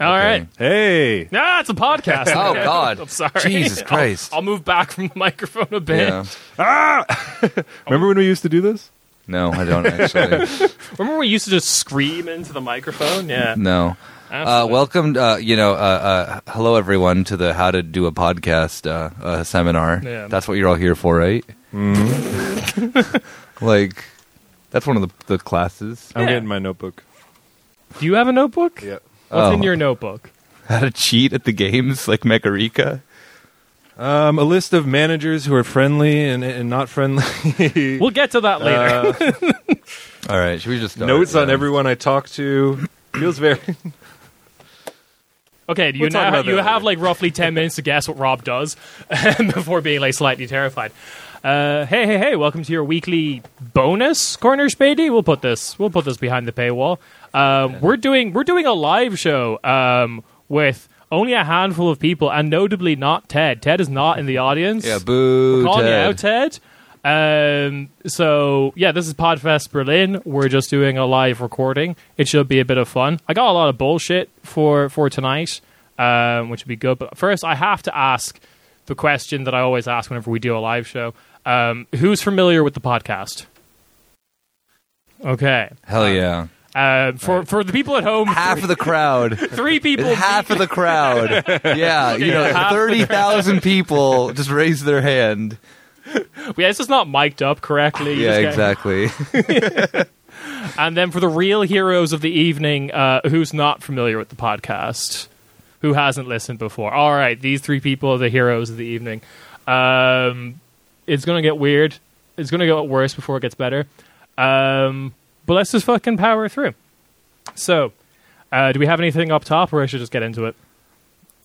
All right. Hey. Ah, it's a podcast. Oh, Okay. God. I'm sorry. Jesus I'll- Christ. I'll, move back from the microphone a bit. Yeah. Remember when we used to do this? No, I don't actually. Remember we used to just scream into the microphone? Yeah. No. Uh, Absolutely. welcome, uh, you know, uh, uh, hello everyone to the How to Do a Podcast uh, uh, seminar. Yeah. That's what you're all here for, right? Mm-hmm. like, that's one of the, the classes. I'm Yeah. getting my notebook. Do you have a notebook? Yep. What's in Oh. your notebook? How to cheat at the games, like Mecharica. Um, a list of managers who are friendly and, and not friendly. We'll get to that later. Uh, All right, should we just start? notes on Yeah. everyone I talk to. Feels very. okay, do you we'll talk now about that you have later. like roughly ten minutes to guess what Rob does before being like slightly terrified. Uh, hey, hey, hey! Welcome to your weekly bonus corner, Spady. We'll put this we'll put this behind the paywall. Um, we're doing we're doing a live show um, with only a handful of people, and notably not Ted. Ted is not in the audience. Yeah, boo. calling Ted. you out, Ted. Um, so yeah, this is Podfest Berlin. We're just doing a live recording. It should be a bit of fun. I got a lot of bullshit for for tonight, um, which would be good. But first, I have to ask the question that I always ask whenever we do a live show: um, Who's familiar with the podcast? Okay, Hell yeah. uh, for for the people at home, Half of the crowd. three people. half of the crowd. Yeah, you know, half of the 30,000 people just raised their hand. yeah, it's just not mic'd up correctly. You Yeah, just get- exactly. And then for the real heroes of the evening, uh, who's not familiar with the podcast, who hasn't listened before. All right, these three people are the heroes of the evening. Um, it's going to get weird. It's going to get worse before it gets better. Um, but let's just fucking power through. So, uh, do we have anything up top, or I should just get into it?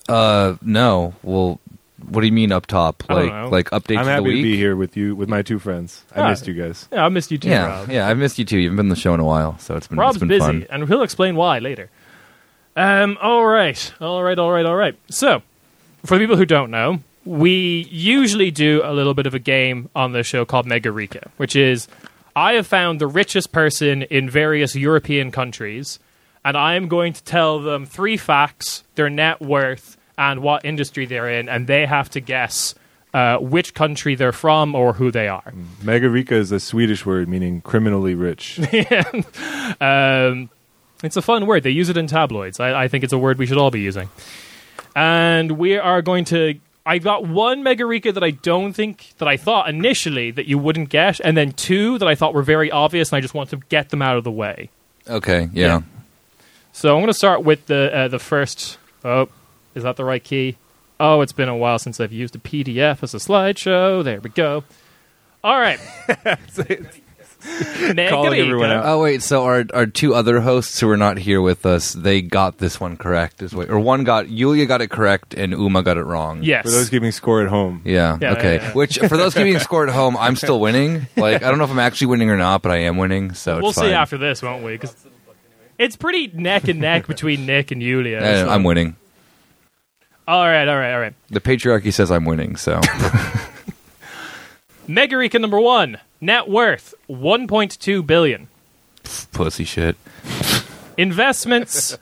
Uh, no. Well, what do you mean up top? I don't Like, know. like updates I'm of the happy week? to be here with you, with my two friends. I Ah. missed you guys. Yeah, I missed you too, Yeah, Rob. yeah. I've missed you too. You haven't been on the show in a while, so it's been, Rob's it's been busy, fun. and he'll explain why later. Um, all right, all right, all right, all right. So, for the people who don't know, we usually do a little bit of a game on the show called Mega Rica, which is I have found the richest person in various European countries, and I am going to tell them three facts, their net worth, and what industry they're in, and they have to guess uh, which country they're from or who they are. Megarika is a Swedish word meaning criminally rich. Um, it's a fun word. They use it in tabloids. I, I think it's a word we should all be using. And we are going to. I got one Megarika that I don't think that I thought initially that you wouldn't get, and then two that I thought were very obvious, and I just want to get them out of the way. Okay, yeah. So I'm going to start with the uh, the first. Oh, is that the right key? Oh, it's been a while since I've used a PDF as a slideshow. There we go. All right. Calling everyone Megarika. out. Oh wait, so our our two other hosts who are not here with us, they got this one correct as well. Or one got Yulia got it correct and Uma got it wrong. Yes. For those keeping score at home, Yeah. Yeah, okay. yeah, yeah. Which for those keeping score at home, I'm still winning. Like I don't know if I'm actually winning or not, but I am winning. So it's we'll fine. see after this, won't we? 'Cause it's pretty neck and neck between Nick and Yulia. Yeah, So- Eh, I'm winning. all right, all right, all right. The patriarchy says I'm winning. So Megarika number one, net worth one point two billion. pussy shit. Investments.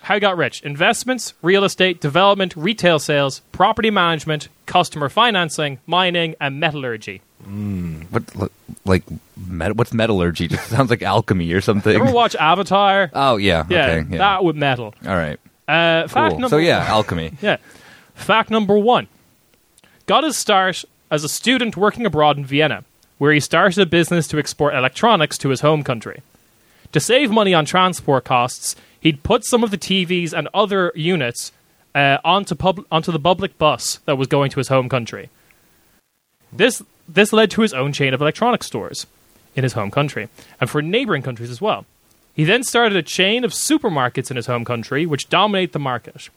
How I got rich? Investments, real estate, development, retail sales, property management, customer financing, mining, and metallurgy. What li- like met- what's metallurgy? It sounds like alchemy or something. Ever watch Avatar? Oh yeah. yeah, Okay. Yeah. that with metal. All right. Uh, fact Cool. number So yeah, alchemy. Yeah. Fact number one got his start as a student working abroad in Vienna, where he started a business to export electronics to his home country. To save money on transport costs, he'd put some of the TVs and other units uh, onto, pub- onto the public bus that was going to his home country. This, this led to his own chain of electronics stores in his home country, and for neighboring countries as well. He then started a chain of supermarkets in his home country, which dominate the market.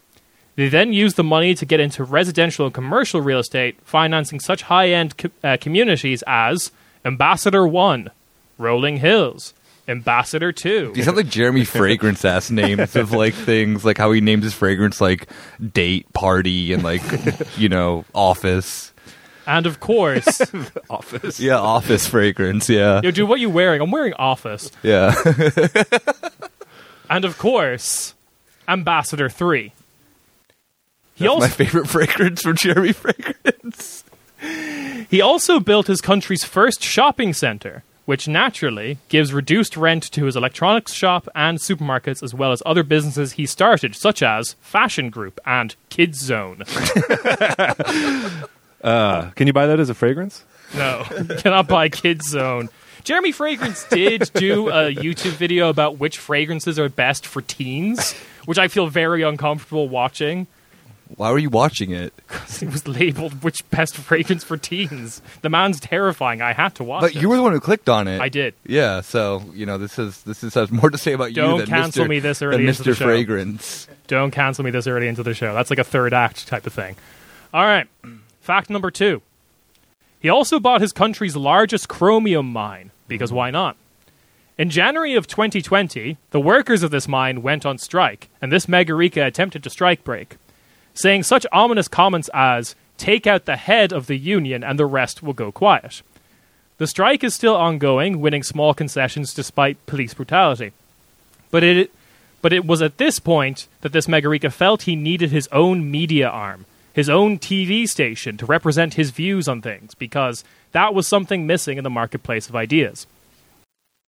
They then used the money to get into residential and commercial real estate, financing such high end co- uh, communities as Ambassador 1, Rolling Hills, Ambassador 2. You sound like Jeremy Fragrance ass names of like things, like how he names his fragrance like date, party, and like you know office. And of course, you office. Yeah, office fragrance. Yeah, know, dude, what are you wearing? I'm wearing Office. yeah. And of course, Ambassador 3. He That's my also, favorite fragrance from Jeremy Fragrance. he also built his country's first shopping center, which naturally gives reduced rent to his electronics shop and supermarkets, as well as other businesses he started, such as Fashion Group and Kids Zone. Uh, can you buy that as a fragrance? No, cannot buy Kids Zone. Jeremy Fragrance did do a YouTube video about which fragrances are best for teens, which I feel very uncomfortable watching. Why were you watching it? It was labeled which best fragrance for teens. The man's terrifying. I had to watch But it. you were the one who clicked on it. I did. Yeah, so you know this is this is has more to say about Don't you than cancel Mr. me this than early into Mr. the show. Fragrance. Don't cancel me this early into the show. That's like a third act type of thing. All right. Fact number two. He also bought his country's largest chromium mine, because why not? In January of 2020, the workers of this mine went on strike, and this Megarika attempted to strike break, saying such ominous comments as, take out the head of the union and the rest will go quiet. The strike is still ongoing, winning small concessions despite police brutality. But it, but it was at this point that this Megarika felt he needed his own media arm, his own TV station to represent his views on things, because that was something missing in the marketplace of ideas.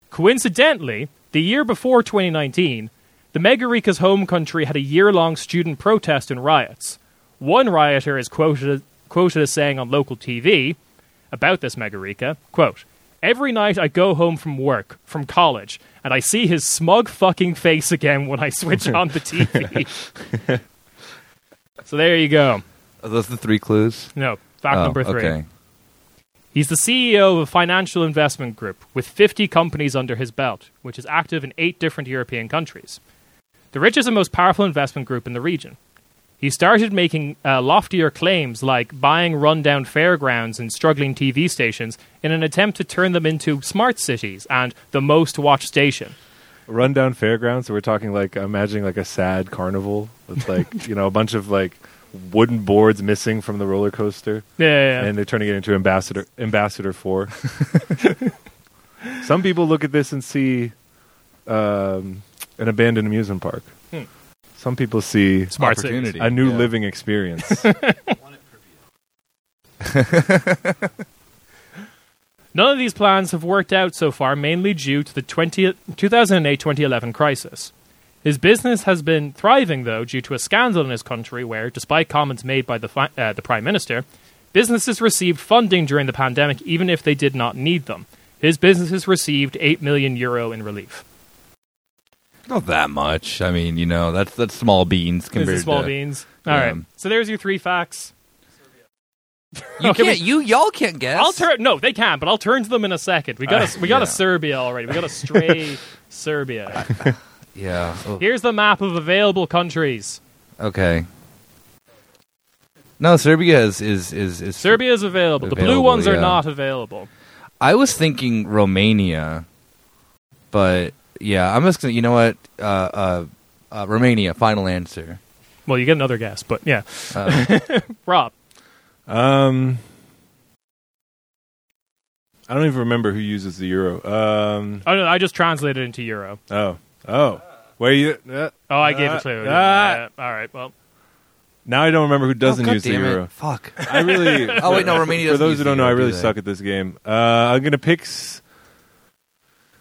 Coincidentally, the year before 2019, the Megarika's home country had a year long student protest and riots. One rioter is quoted, quoted as saying on local TV about this Megarika, quote, Every night I go home from work, from college, and I see his smug fucking face again when I switch on the TV. so there you go. Are those the three clues? No, fact Oh, number three. Okay. He's the CEO of a financial investment group with 50 companies under his belt, which is active in eight different European countries. The richest and most powerful investment group in the region. He started making uh, loftier claims like buying rundown fairgrounds and struggling TV stations in an attempt to turn them into smart cities and the most watched station. Rundown fairgrounds. So we're talking like imagining like a sad carnival with like you know a bunch of like wooden boards missing from the roller coaster, Yeah, yeah, yeah. and they're turning it into ambassador ambassador four. Some people look at this and see um, an abandoned amusement park. Some people see smart Opportunity. cities. a new Hmm. Yeah. living experience. None of these plans have worked out so far, mainly due to the 20, 2008-2011 crisis. His business has been thriving, though, due to a scandal in his country where, despite comments made by the, fi- uh, the Prime Minister, businesses received funding during the pandemic even if they did not need them. His businesses received 8 million euro in relief. Not that much. I mean, you know, that's that's small beans This compared is small to beans. All right. um, So there's your three facts. You Okay, can't. we- You y'all can't guess. I'll turn. No, they can, but I'll turn to them in a second. We got a, we got yeah. a Serbia already. We got a stray Serbia. Yeah. oh, Here's the map of available countries. Okay. No, Serbia is is is, is Serbia is available. the blue Available, ones are yeah. not available. I was thinking Romania, but yeah, I'm just gonna. You know what? Uh, uh, uh, Romania. Final answer. Well, you get another guess, but yeah. Uh, Rob, Um, I don't even remember who uses the euro. Um, oh no, I just translated into euro. oh, oh, where you? Uh, Oh, I gave Ah, a clue. ah. Yeah, all right, well, now I don't remember who doesn't oh, God use the damn it. euro. Fuck. I really. Oh, wait, no, Romania For doesn't those use who the don't know, I euro, do really they? suck at this game. Uh, I'm gonna pick. s-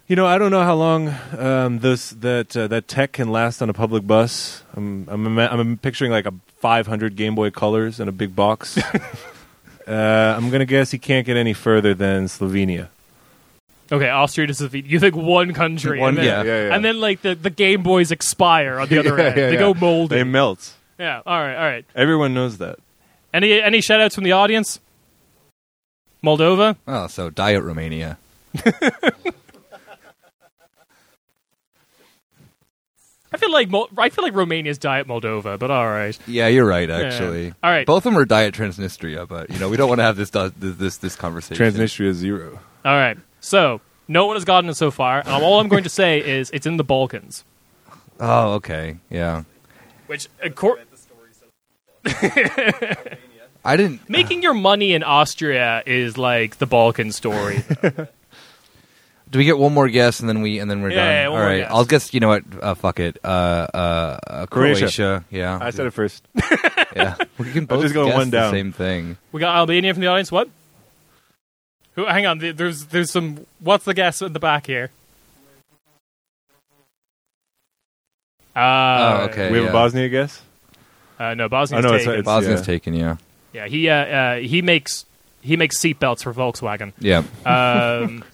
You know, I don't know how long um, this that uh, that tech can last on a public bus. I'm I'm, ima- I'm picturing like a 500 Game Boy Colors in a big box. uh, I'm gonna guess he can't get any further than Slovenia. okay. Austria to Slovenia. You think one country, One- and then, yeah, yeah, yeah. and then like the, the Game Boys expire on the other end. they go moldy. They melt. yeah, all right, all right. Everyone knows that. Any any shout outs from the audience? Moldova. Oh, so diet Romania. I feel like Mo- I feel like Romania's diet Moldova, but all right. Yeah, you're right. Yeah. Actually, all right, both of them are diet Transnistria, but you know we don't want to have this do- this this- this conversation. Transnistria zero. all right. So no one has gotten it so far, and all I'm going to say is it's in the Balkans. Oh, okay. Yeah. Which, accor- I didn't. making your money in Austria is like the Balkan story. Do we get one more guess and then we and then we're Yeah, done? yeah, one All more right, guess. I'll guess. You know what? Uh, fuck it. Uh, uh, uh, Croatia. Croatia. Yeah, I said it first. Yeah, we can both just going guess one the down. same thing. We got Albania from the audience. What? Who? Hang on. th- There's there's some. What's the guess at the back here? Ah, Oh, okay. Uh, we have yeah. a Bosnia guess. Uh, no, Bosnia's I know, it's- taken. it's- Bosnia's yeah. taken. Yeah, yeah, he uh, uh, he makes he makes seatbelts for Volkswagen. yeah. Um,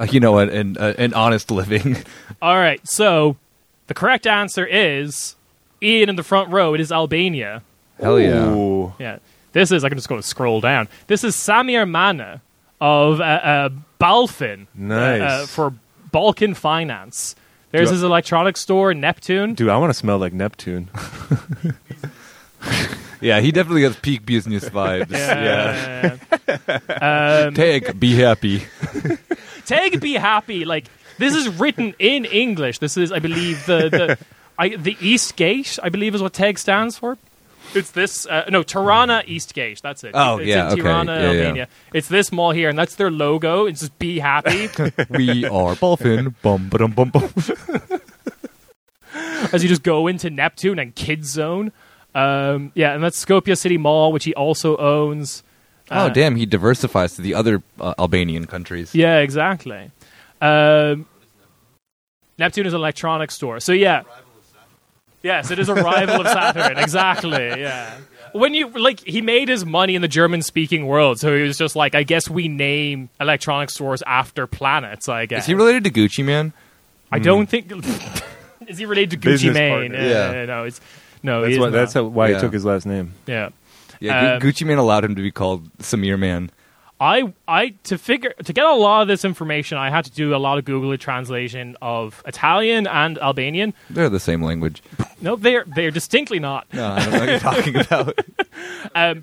Uh, you know what? An uh, an honest living. all right, so the correct answer is Ian in the front row. It is Albania. Hell yeah. Ooh. Yeah, this is. I can just go and scroll down. This is Samir Mana of uh, uh, Balfin. Nice. uh, uh, for Balkan Finance. There's Do I- his electronics store, Neptune. Dude, I want to smell like Neptune. Yeah, he definitely has peak business vibes. Uh, yeah. Take, be happy. Tag be happy. Like this is written in English. This is, I believe, the the, I, the East Gate. I believe is what Tag stands for. It's this. Uh, no, Tirana East Gate. That's it. Oh, it's yeah, in okay. Tirana, Yeah, yeah. Albania. It's this mall here, and that's their logo. It's just be happy. We are Balfin. Bum, ba-dum, bum, bum. as you just go into Neptune and Kid Zone. Um, yeah, and that's Skopje City Mall, which he also owns. Oh, damn. He diversifies to the other uh, Albanian countries. Uh, Yeah, exactly. Um, Neptune is an electronics store. So yeah. Yes, it is a rival of Saturn. Exactly. Yeah. When you like, he made his money in the German-speaking world, so he was just like, I guess we name electronic stores after planets. I guess Is he related to Gucci Man? I don't think. is he related to Gucci Business Mane? partner. Yeah. No, it's no. That's he why, is that's not. how, why Yeah. he took his last name. yeah. Yeah, Um, Gu- Gucci Man allowed him to be called Samir Man. I I to figure to get a lot of this information, I had to do a lot of Google translation of Italian and Albanian. They're the same language. No, they're they're distinctly not. No, I don't know what you're talking about. I,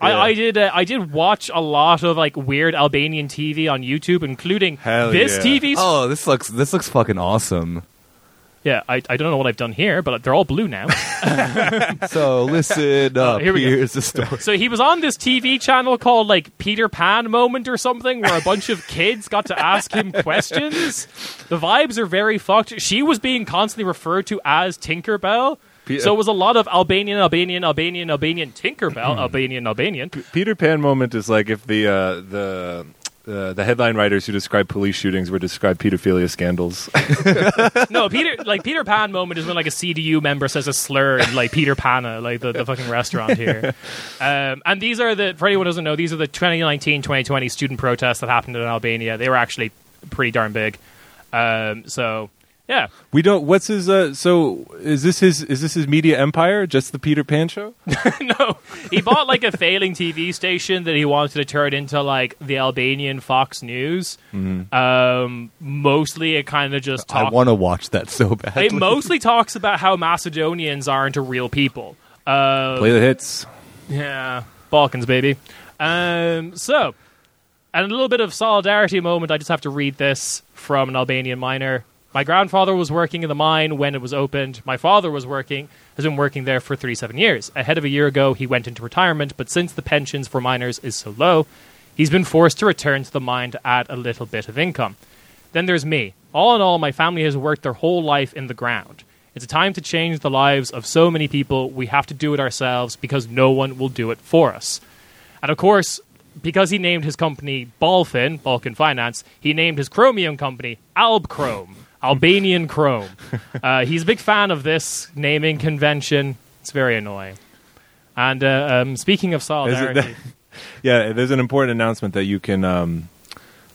I did uh, I did watch a lot of like weird Albanian TV on YouTube, including Hell this yeah. TV. Oh, this looks this looks fucking awesome. Yeah, I, I don't know what I've done here, but they're all blue now. So listen up. Oh, here we go. Here's the story. so he was on this TV channel called like Peter Pan moment or something, where a bunch of kids got to ask him questions. The vibes are very fucked. She was being constantly referred to as Tinkerbell. Pe- So it was a lot of Albanian, Albanian, Albanian, Albanian, Tinkerbell, Albanian, Albanian. Peter Pan moment is like if the uh, the uh, the headline writers who describe police shootings were described pedophilia scandals. No, Peter like Peter Pan moment is when like a CDU member says a slur in like Peter Panna, like the, the fucking restaurant here. Um, and these are the for anyone who doesn't know, these are the 2019-2020 student protests that happened in Albania. They were actually pretty darn big. Um, so yeah, we don't. What's his? Uh, so is this his? Is this his media empire? Just the Peter Pan show? no, he bought like a failing TV station that he wanted to turn into like the Albanian Fox News. Um, mostly it kind of just I talked want to watch that so badly. It mostly talks about how Macedonians aren't a real people. Uh, Play the hits. yeah, Balkans, baby. Um, so, and a little bit of solidarity moment. I just have to read this from an Albanian miner. My grandfather was working in the mine when it was opened. My father was working, has been working there for 37 years. Ahead of a year ago, he went into retirement, but since the pensions for miners is so low, he's been forced to return to the mine to add a little bit of income. Then there's me. All in all, my family has worked their whole life in the ground. It's a time to change the lives of so many people. We have to do it ourselves because no one will do it for us. And of course, because he named his company Balfin, Balkan Finance, he named his chromium company Albchrome, Albanian Chrome. Uh, he's a big fan of this naming convention. It's very annoying. And uh, um, speaking of solidarity, Yeah, there's an important announcement that you can. Um,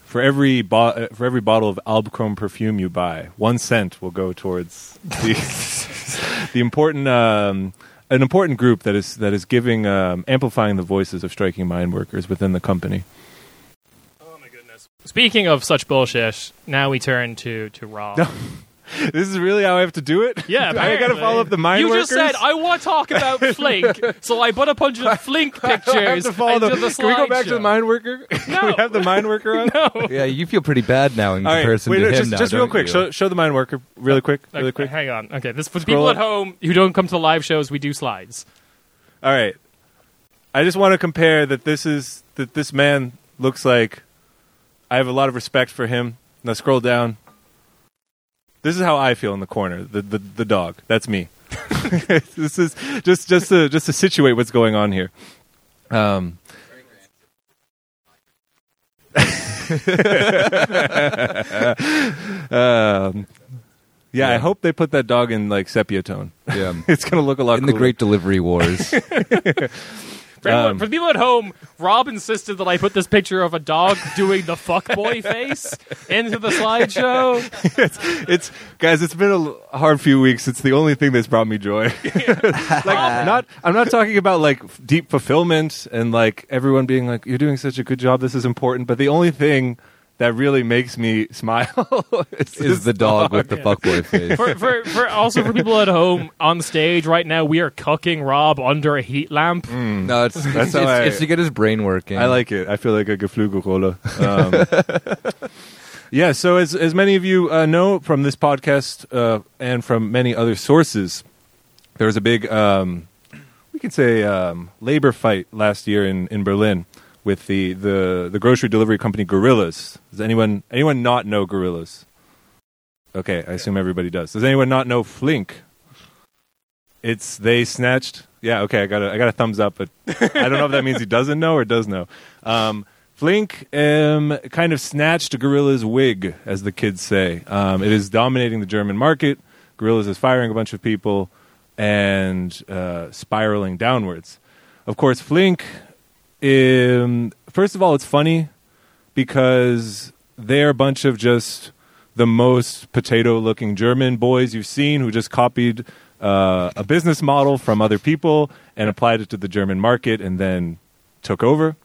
for every bo- uh, for every bottle of Albchrome perfume you buy, one cent will go towards the, the important um, an important group that is that is giving um, amplifying the voices of striking mine workers within the company. speaking of such bullshit, now we turn to to Rob. This is really how I have to do it. Yeah, I got to apparently. follow up the mine You workers. just said I want to talk about Flink, so I put a bunch of Flink pictures I have to into follow the. the can we go back to slideshow. the mine worker? can we No. have the mine worker on? yeah, you feel pretty bad now in All right, comparison wait, to no, him just, now. just real don't quick, you? show, show the mine worker really quick, really Okay, quick. Hang on. Okay, this for the Scroll people at up. home who don't come to the live shows. We do slides. All right. I just want to compare that this is that this man looks like I have a lot of respect for him. Now scroll down. This is how I feel in the corner. The the, the dog. That's me. this is just just to just to situate what's going on here. Um, um, yeah, I hope they put that dog in like sepia tone. Yeah. it's gonna look a lot In the cooler. Great Delivery Wars. For, everyone- Um, for the people at home, Rob insisted that I put this picture of a dog doing the fuckboy face into the slideshow. it's guys. It's been a l- hard few weeks. It's the only thing that's brought me joy. like not. I'm not talking about like f- deep fulfillment and like everyone being like, "You're doing such a good job. This is important." But the only thing that really makes me smile is, is the dog with the fuckboy face. For, for, for also for people at home on stage right now, we are cucking Rob under a heat lamp. Mm, No, it's, it's, how it's- I- it's to get his brain working. I like it. I feel like a Geflügelrolle. Um, yeah. So as as many of you uh, know from this podcast uh, and from many other sources, there was a big, um, we could say, um, labor fight last year in, in Berlin with the, the the grocery delivery company Gorillas. Does anyone anyone not know Gorillas? Okay, I assume everybody does. Does anyone not know Flink? It's they snatched. Yeah, okay, I got a, I got a thumbs up, but I don't know if that means he doesn't know or does know. Um, Flink um, kind of snatched Gorilla's wig, as the kids say. Um, it is dominating the German market. Gorillas is firing a bunch of people and uh, spiraling downwards. Of course, Flink. Um, first of all, it's funny because they're a bunch of just the most potato looking German boys you've seen who just copied uh, a business model from other people and applied it to the German market and then took over.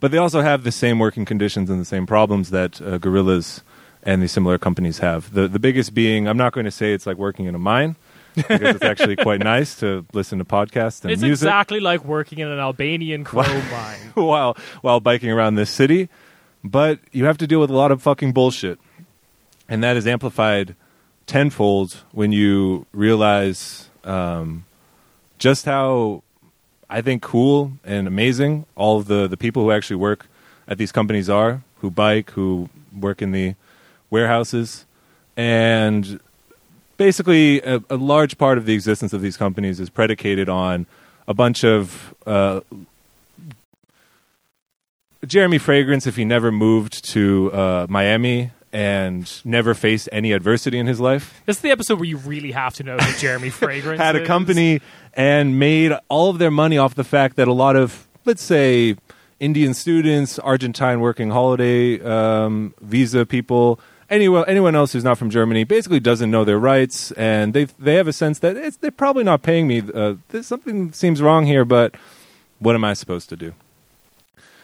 But they also have the same working conditions and the same problems that uh, gorillas and these similar companies have. The, the biggest being, I'm not going to say it's like working in a mine. because it's actually quite nice to listen to podcasts and It's music exactly like working in an Albanian chrome mine. while while biking around this city, but you have to deal with a lot of fucking bullshit, and that is amplified tenfold when you realize um, just how I think cool and amazing all of the the people who actually work at these companies are, who bike, who work in the warehouses, and basically a, a large part of the existence of these companies is predicated on a bunch of uh, Jeremy Fragrance, if he never moved to uh, Miami and never faced any adversity in his life, This is the episode where you really have to know who Jeremy Fragrance had a is. company and made all of their money off the fact that a lot of, let's say, Indian students, Argentine working holiday um, visa people, anyone, anyone else who's not from Germany basically doesn't know their rights. And they, they have a sense that it's, they're probably not paying me. Uh, there's something seems wrong here, but what am I supposed to do?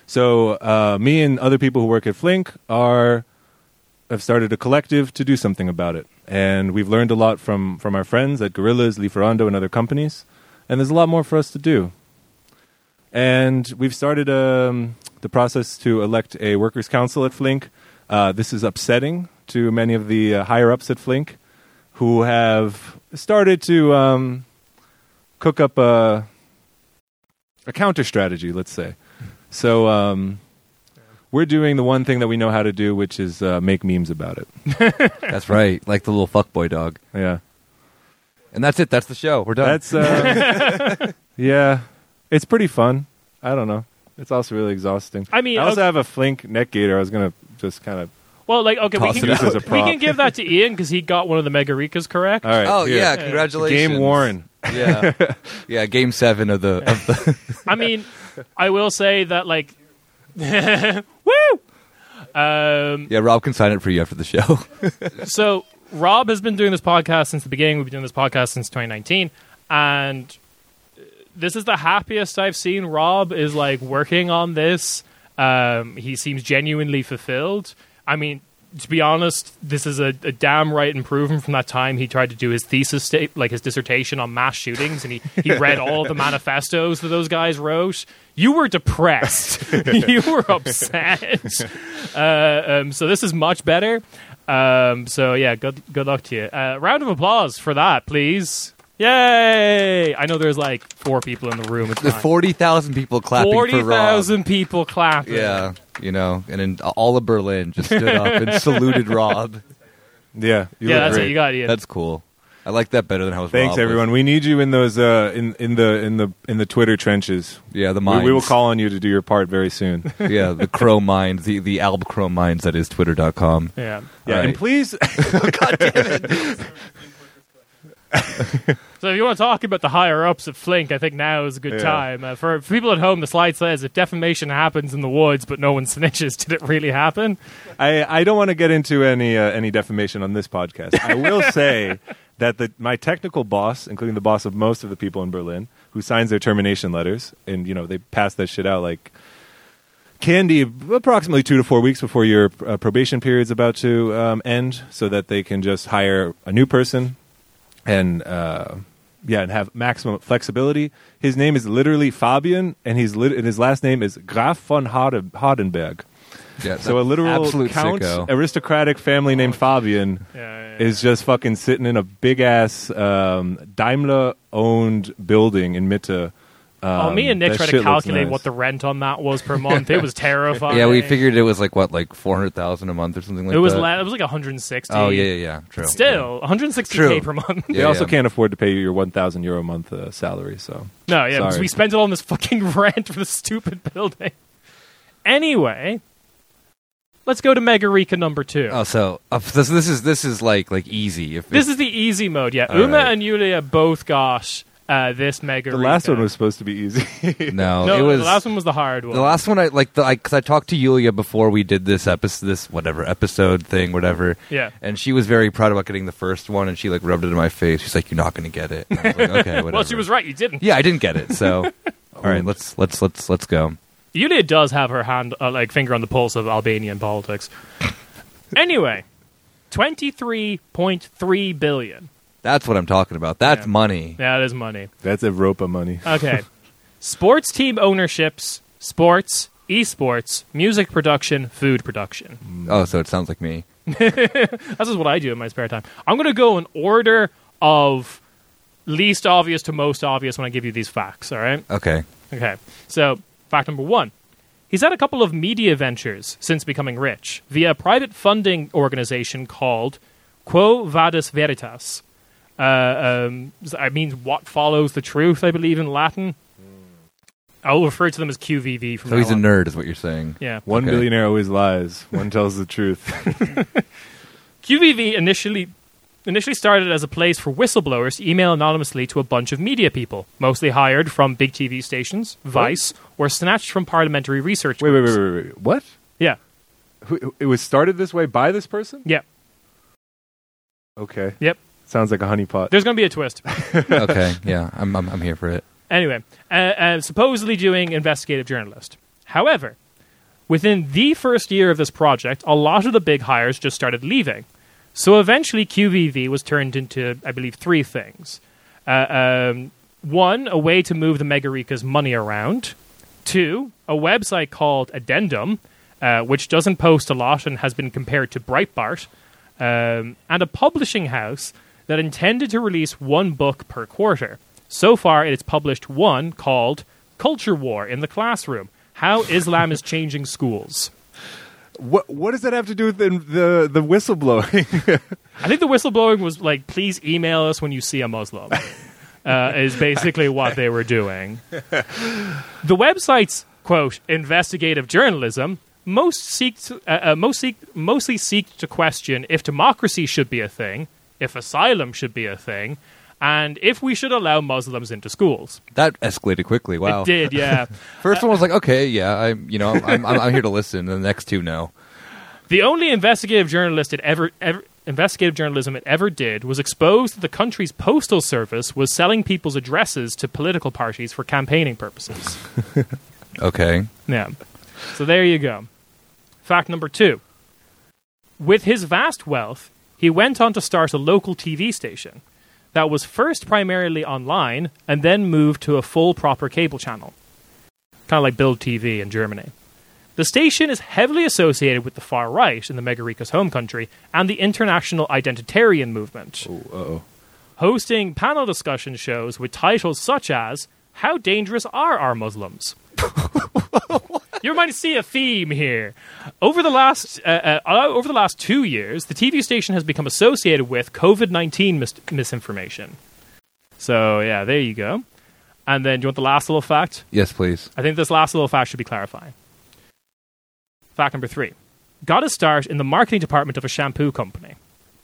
So uh, me and other people who work at Flink are have started a collective to do something about it, and we've learned a lot from from our friends at Gorillas, Liferando, and other companies. And there's a lot more for us to do. And we've started um, the process to elect a workers' council at Flink. Uh, this is upsetting to many of the uh, higher ups at Flink, who have started to um, cook up a a counter strategy, let's say. So um, we're doing the one thing that we know how to do, which is uh, make memes about it. That's right. Like the little fuckboy dog. Yeah, And that's it. That's the show. We're done. that's uh, yeah, it's pretty fun. I don't know. It's also really exhausting. I mean, I also okay- have a Flink neck gator. I was gonna just kind of. Well, like okay, we Toss can, it out. This is a we prop. can give that to Ian because he got one of the Megarikas correct. All right. oh, here. yeah. Yeah. Congratulations. Game Warren. Yeah. Yeah. Game seven of the. Of the I mean, I will say that like, woo. Um, yeah. Rob can sign it for you after the show. so Rob has been doing this podcast since the beginning. We've been doing this podcast since 2019, and this is the happiest I've seen Rob is like working on this. Um, he seems genuinely fulfilled. I mean, to be honest, this is a, a damn right improvement from that time he tried to do his thesis, sta- like his dissertation on mass shootings, and he, he read all the manifestos that those guys wrote. You were depressed. you were upset. Uh, um, so this is much better. Um, so yeah, good good luck to you. Uh, round of applause for that, please. Yay! I know there's like four people in the room. It's There's fine. 40,000 people clapping for Rob. 40,000 people clapping. Yeah. you know, and then all of Berlin just stood up and saluted Rob. Yeah, you yeah, look that's great. what you got, Ian. That's cool. I like that better than how. Thanks, Rob everyone. Was. We need you in those uh, in in the in the in the Twitter trenches. Yeah, the We, mines. we will call on you to do your part very soon. yeah, the crow mines, the the Alb crow mines. That is Twitter.com. yeah. Yeah, All and right. please, So if you want to talk about the higher ups at Flink, I think now is a good Yeah. time. Uh, for, for people at home, the slide says if defamation happens in the woods but no one snitches, did it really happen? I I don't want to get into any uh, any defamation on this podcast. I will say that the, my technical boss, including the boss of most of the people in Berlin who signs their termination letters, and you know they pass that shit out like candy approximately two to four weeks before your uh, probation period is about to um, end, so that they can just hire a new person and uh, yeah, and have maximum flexibility. His name is literally Fabian, and he's lit- and his last name is Graf von Harden- Hardenberg. Yeah, So a literal absolute count, sicko. aristocratic family named Fabian Yeah, yeah, is just fucking sitting in a big ass um, Daimler owned building in Mitte. oh, me Um, and Nick that tried to shit looks calculate nice. what the rent on that was per month. It was terrifying. yeah, we figured it was like what, like four hundred thousand a month or something like it was that. la- it was like 160. oh yeah, yeah, yeah. True. Still, True. 160k per month. Yeah, they also yeah. can't afford to pay you your one thousand euro a month uh, salary. So No, yeah, because Sorry. we spent it all on this fucking rent for the stupid building. Anyway, let's go to Mega Rika number two. Oh, so uh, so this, this is this is like like easy. If this if- is the easy mode. Yeah, All Uma right. and Yulia both got uh, this Mega the last Rika. one was supposed to be easy. no, no, it was the last one was the hard one. The last one, I like the because I, talked to Yulia before we did this episode, this whatever episode thing, whatever. Yeah. And she was very proud about getting the first one, and she like rubbed it in my face. She's like, "You're not going to get it." And I was like, okay, whatever. well, she was right. You didn't. Yeah, I didn't get it. So, all right, let's let's let's let's go. Yulia does have her hand, uh, like finger on the pulse of Albanian politics. anyway, twenty-three point three billion. That's what I'm talking about. That's Yeah. money. That is money. That's Europa money. Okay, sports team ownerships, sports, esports, music production, food production. Oh, so it sounds like me. This is what I do in my spare time. I'm going to go in order of least obvious to most obvious when I give you these facts, all right? Okay. Okay. So, fact number one he's had a couple of media ventures since becoming rich via a private funding organization called Quo Vadis Veritas. Uh, um, I mean, what follows the truth, I believe, in Latin. I'll refer to them as QVV from Hmm. So now he's a on. nerd, is what you're saying. Yeah. One Okay. billionaire always lies. One tells the truth. QVV initially initially started as a place for whistleblowers to email anonymously to a bunch of media people, mostly hired from big TV stations, Vice, or snatched from parliamentary research. Oh. wait, wait, groups. wait, wait, wait. What? Yeah, Who- It was started this way by this person. yeah, Okay, yep. sounds like a honeypot. There's going to be a twist. okay. Yeah, I'm, I'm I'm here for it. Anyway, uh, uh, supposedly doing investigative journalist. However, within the first year of this project, a lot of the big hires just started leaving. So eventually, QVV was turned into, I believe, three things. Uh, um, one, a way to move the Megarika's money around. Two, a website called Addendum, uh, which doesn't post a lot and has been compared to Breitbart. Um, and a publishing house that intended to release one book per quarter. So far, it has published one called Culture War in the Classroom How Islam is Changing Schools. What what does that have to do with the the, the whistleblowing? I think the whistleblowing was like, please email us when you see a Muslim, uh, is basically what they were doing. The website's quote investigative journalism most seek to- uh, uh, most seek, mostly seek to question if democracy should be a thing, if asylum should be a thing, and if we should allow Muslims into schools. That escalated quickly. Wow. It did, yeah. First one was like, okay, yeah, I'm you know I'm I'm, I'm here to listen. And the next two, no. The only investigative journalist it ever, ever investigative journalism it ever did was expose that the country's postal service was selling people's addresses to political parties for campaigning purposes. Okay. Yeah. So there you go. Fact number two. With his vast wealth, he went on to start a local TV station that was first primarily online and then moved to a full proper cable channel. Kind of like Build TV in Germany. The station is heavily associated with the far right in the Megarika's home country and the international identitarian movement oh. hosting panel discussion shows with titles such as How Dangerous Are Our Muslims? you might see a theme here. Over the last uh, uh, over the last two years, the TV station has become associated with COVID nineteen mis- misinformation. So yeah, there you go. And then, do you want the last little fact? Yes, please. I think this last little fact should be clarifying. Fact number three got his start in the marketing department of a shampoo company,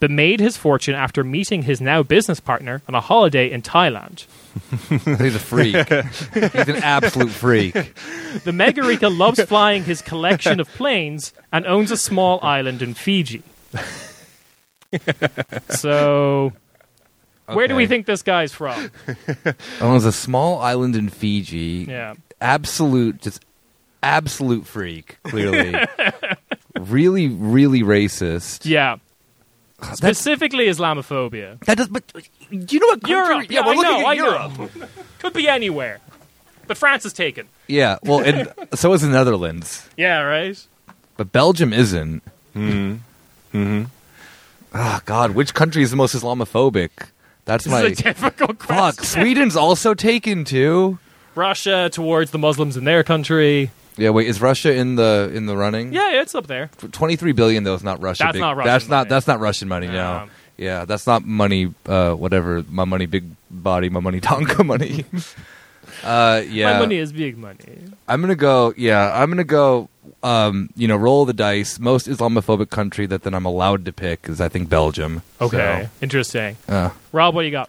but made his fortune after meeting his now business partner on a holiday in Thailand. He's a freak. He's an absolute freak. The Megarika loves flying his collection of planes and owns a small island in Fiji. So, where do we Okay. think this guy's from? Owns a small island in Fiji. Yeah. Absolute, just absolute freak. Clearly, really, really racist. Yeah. That's- Specifically Islamophobia. That does, but do you know what? Europe. Yeah, we're I looking know, at I know. Europe. Could be anywhere. But France is taken. Yeah, well, and so is the Netherlands, Yeah, right? but Belgium isn't. Hmm. Hmm. Ah, God, which country is the most Islamophobic? That's This my is a difficult question. fuck. Sweden's also taken too. Russia towards the Muslims in their country. Yeah, wait, is Russia in the in the running? Yeah, yeah, it's up there. twenty-three billion though is not Russia. That's big, not Russian That's not money. that's not Russian money. Yeah. No. Yeah, that's not money. Uh, whatever, my money, big body, my money, Tonka money. uh, yeah, My money is big money. I'm gonna go. Yeah, I'm gonna go. Um, you know, roll the dice. Most Islamophobic country that then I'm allowed to pick is I think Belgium. Okay, So, interesting. uh, Rob, what do you got?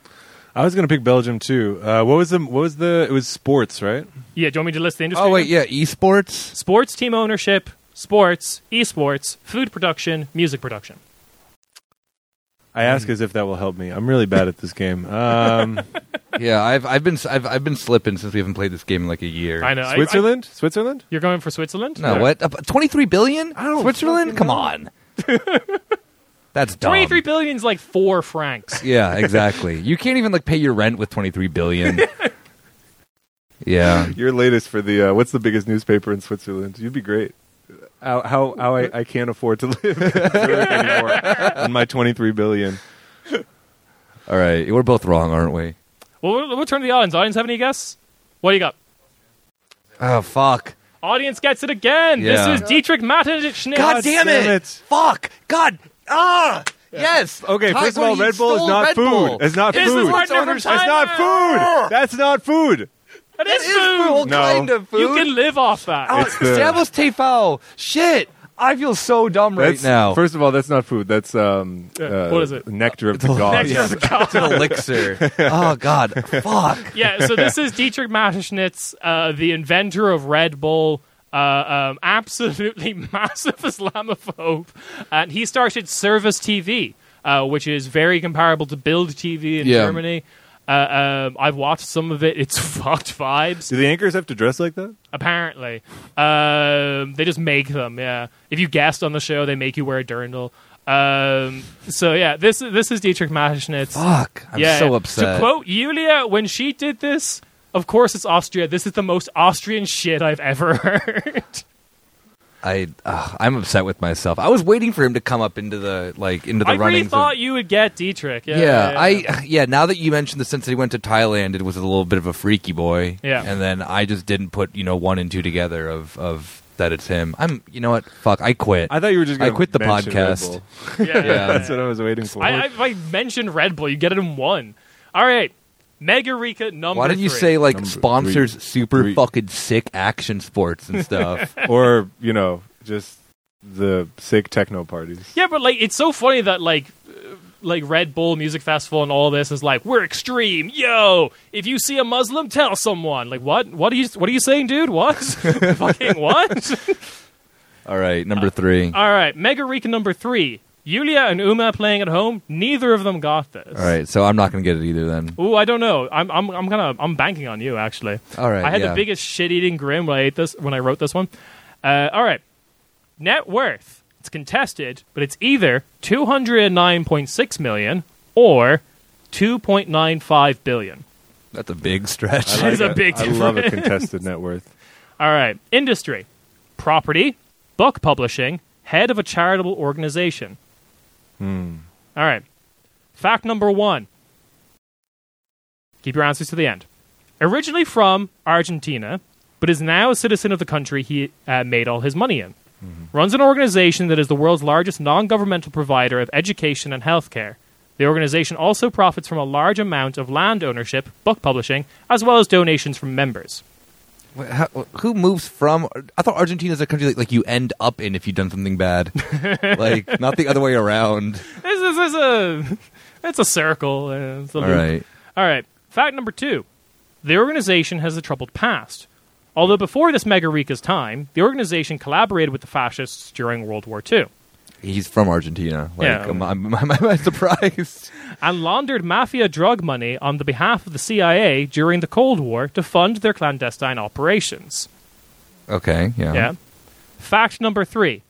I was gonna pick Belgium too. Uh, what was the? What was the? It was sports, right? Yeah, do you want me to list the industry? oh wait, again? yeah, esports. Sports team ownership, sports, esports, food production, music production. I ask as if that will help me. I'm really bad at this game. Um, yeah, I've I've been I've, I've been slipping since we haven't played this game in like a year. I know. I- Switzerland, Switzerland. I- you're going for Switzerland? No, what? Uh, Twenty-three billion? Switzerland? Come on. That's dumb. Twenty-three billion is like four francs. Yeah, exactly. you can't even like pay your rent with twenty-three billion. yeah. Your latest for the uh, what's the biggest newspaper in Switzerland? You'd be great. How how, how I, I can't afford to live in Zurich anymore on my twenty three billion. All right, we're both wrong, aren't we? Well, we'll, we'll turn to the audience. Audience, have any guess? What do you got? Oh fuck. Audience gets it again. Yeah. This is Dietrich Mateschitz. God, damn, damn it. it. Fuck! God! Ah! Yes! Okay, Tiger, first of all, you Red Bull is stole not Red food. Bull. It's not This is food. partner it's from not Thailand. food. That's not food. It is It is food. food. No. kind of food. You can live off that. Oh, It's the- Stavros Tefal. Shit! I feel so dumb right That's, now. First of all, that's not food. That's um, Yeah, uh, what is it? Nectar of the gods. Next is the it's an elixir. oh god, fuck. yeah, so this is Dietrich Mateschitz, uh, the inventor of Red Bull, uh, um, absolutely massive Islamophobe, and he started Service TV, uh, which is very comparable to Build TV in Yeah. Germany. Uh, um, I've watched some of it. It's fucked vibes Do the anchors have to dress like that? apparently. Um, they just make them, yeah. If you guest on the show, they make you wear a dirndl. Um, so yeah, this this is Dietrich Mateschitz. Fuck. I'm so upset. To quote Yulia, when she did this, of course it's Austria. This is the most Austrian shit I've ever heard. I uh, I'm upset with myself. I was waiting for him to come up into the like into the I really runnings. of- thought you would get Dietrich. Yeah, yeah, I yeah. Now that you mentioned the sense that he went to Thailand, it was a little bit of a freaky boy. Yeah. and then I just didn't put you know one and two together of of that it's him. I'm you know what? Fuck, I quit. I thought you were just. I Gonna quit the mention Red podcast. Bull. yeah. yeah. Yeah. That's what I was waiting for. I, I, if I mentioned Red Bull, you get it in one. All right, Megarika number. Why didn't you three. say like Number sponsors three. super Three. fucking sick action sports and stuff? or you know, just the sick techno parties. Yeah, but like it's so funny that like uh, like Red Bull Music Festival and all this is like we're extreme. Yo, if you see a Muslim, tell someone. Like what? What are you? What are you saying, dude? What? Fucking what? All right, number three. all right, Mega Rika number three. Yulia and Uma playing at home. Neither of them got this. All right, so I'm not gonna get it either then. Ooh, I don't know. I'm I'm I'm gonna I'm banking on you actually. All right, I had yeah. the biggest shit eating grin when I ate this when I wrote this one. Uh, all right, net worth. It's contested, but it's either two hundred and nine point six million or two point nine five billion. That's a big stretch. I That is a big I love a contested net worth. All right, industry, property, book publishing, head of a charitable organization. All right, fact number one. Keep your answers to the end. Originally from Argentina, but is now a citizen of the country he uh, made all his money in. Runs an organization that is the world's largest non governmental provider of education and healthcare. The organization also profits from a large amount of land ownership, book publishing, as well as donations from members. Wait, how, who moves from? I thought Argentina is a country like, like you end up in if you've done something bad, like not the other way around. This is, this is a, it's a circle. uh, It's a All loop. right, All right. Fact number two the organization has a troubled past. Although before this mega Rika's time, the organization collaborated with the fascists during World War II he's from Argentina. Like, Yeah. I'm, I'm, I'm, I'm surprised. and laundered mafia drug money on the behalf of the CIA during the Cold War to fund their clandestine operations. Okay, yeah, Yeah. Fact number three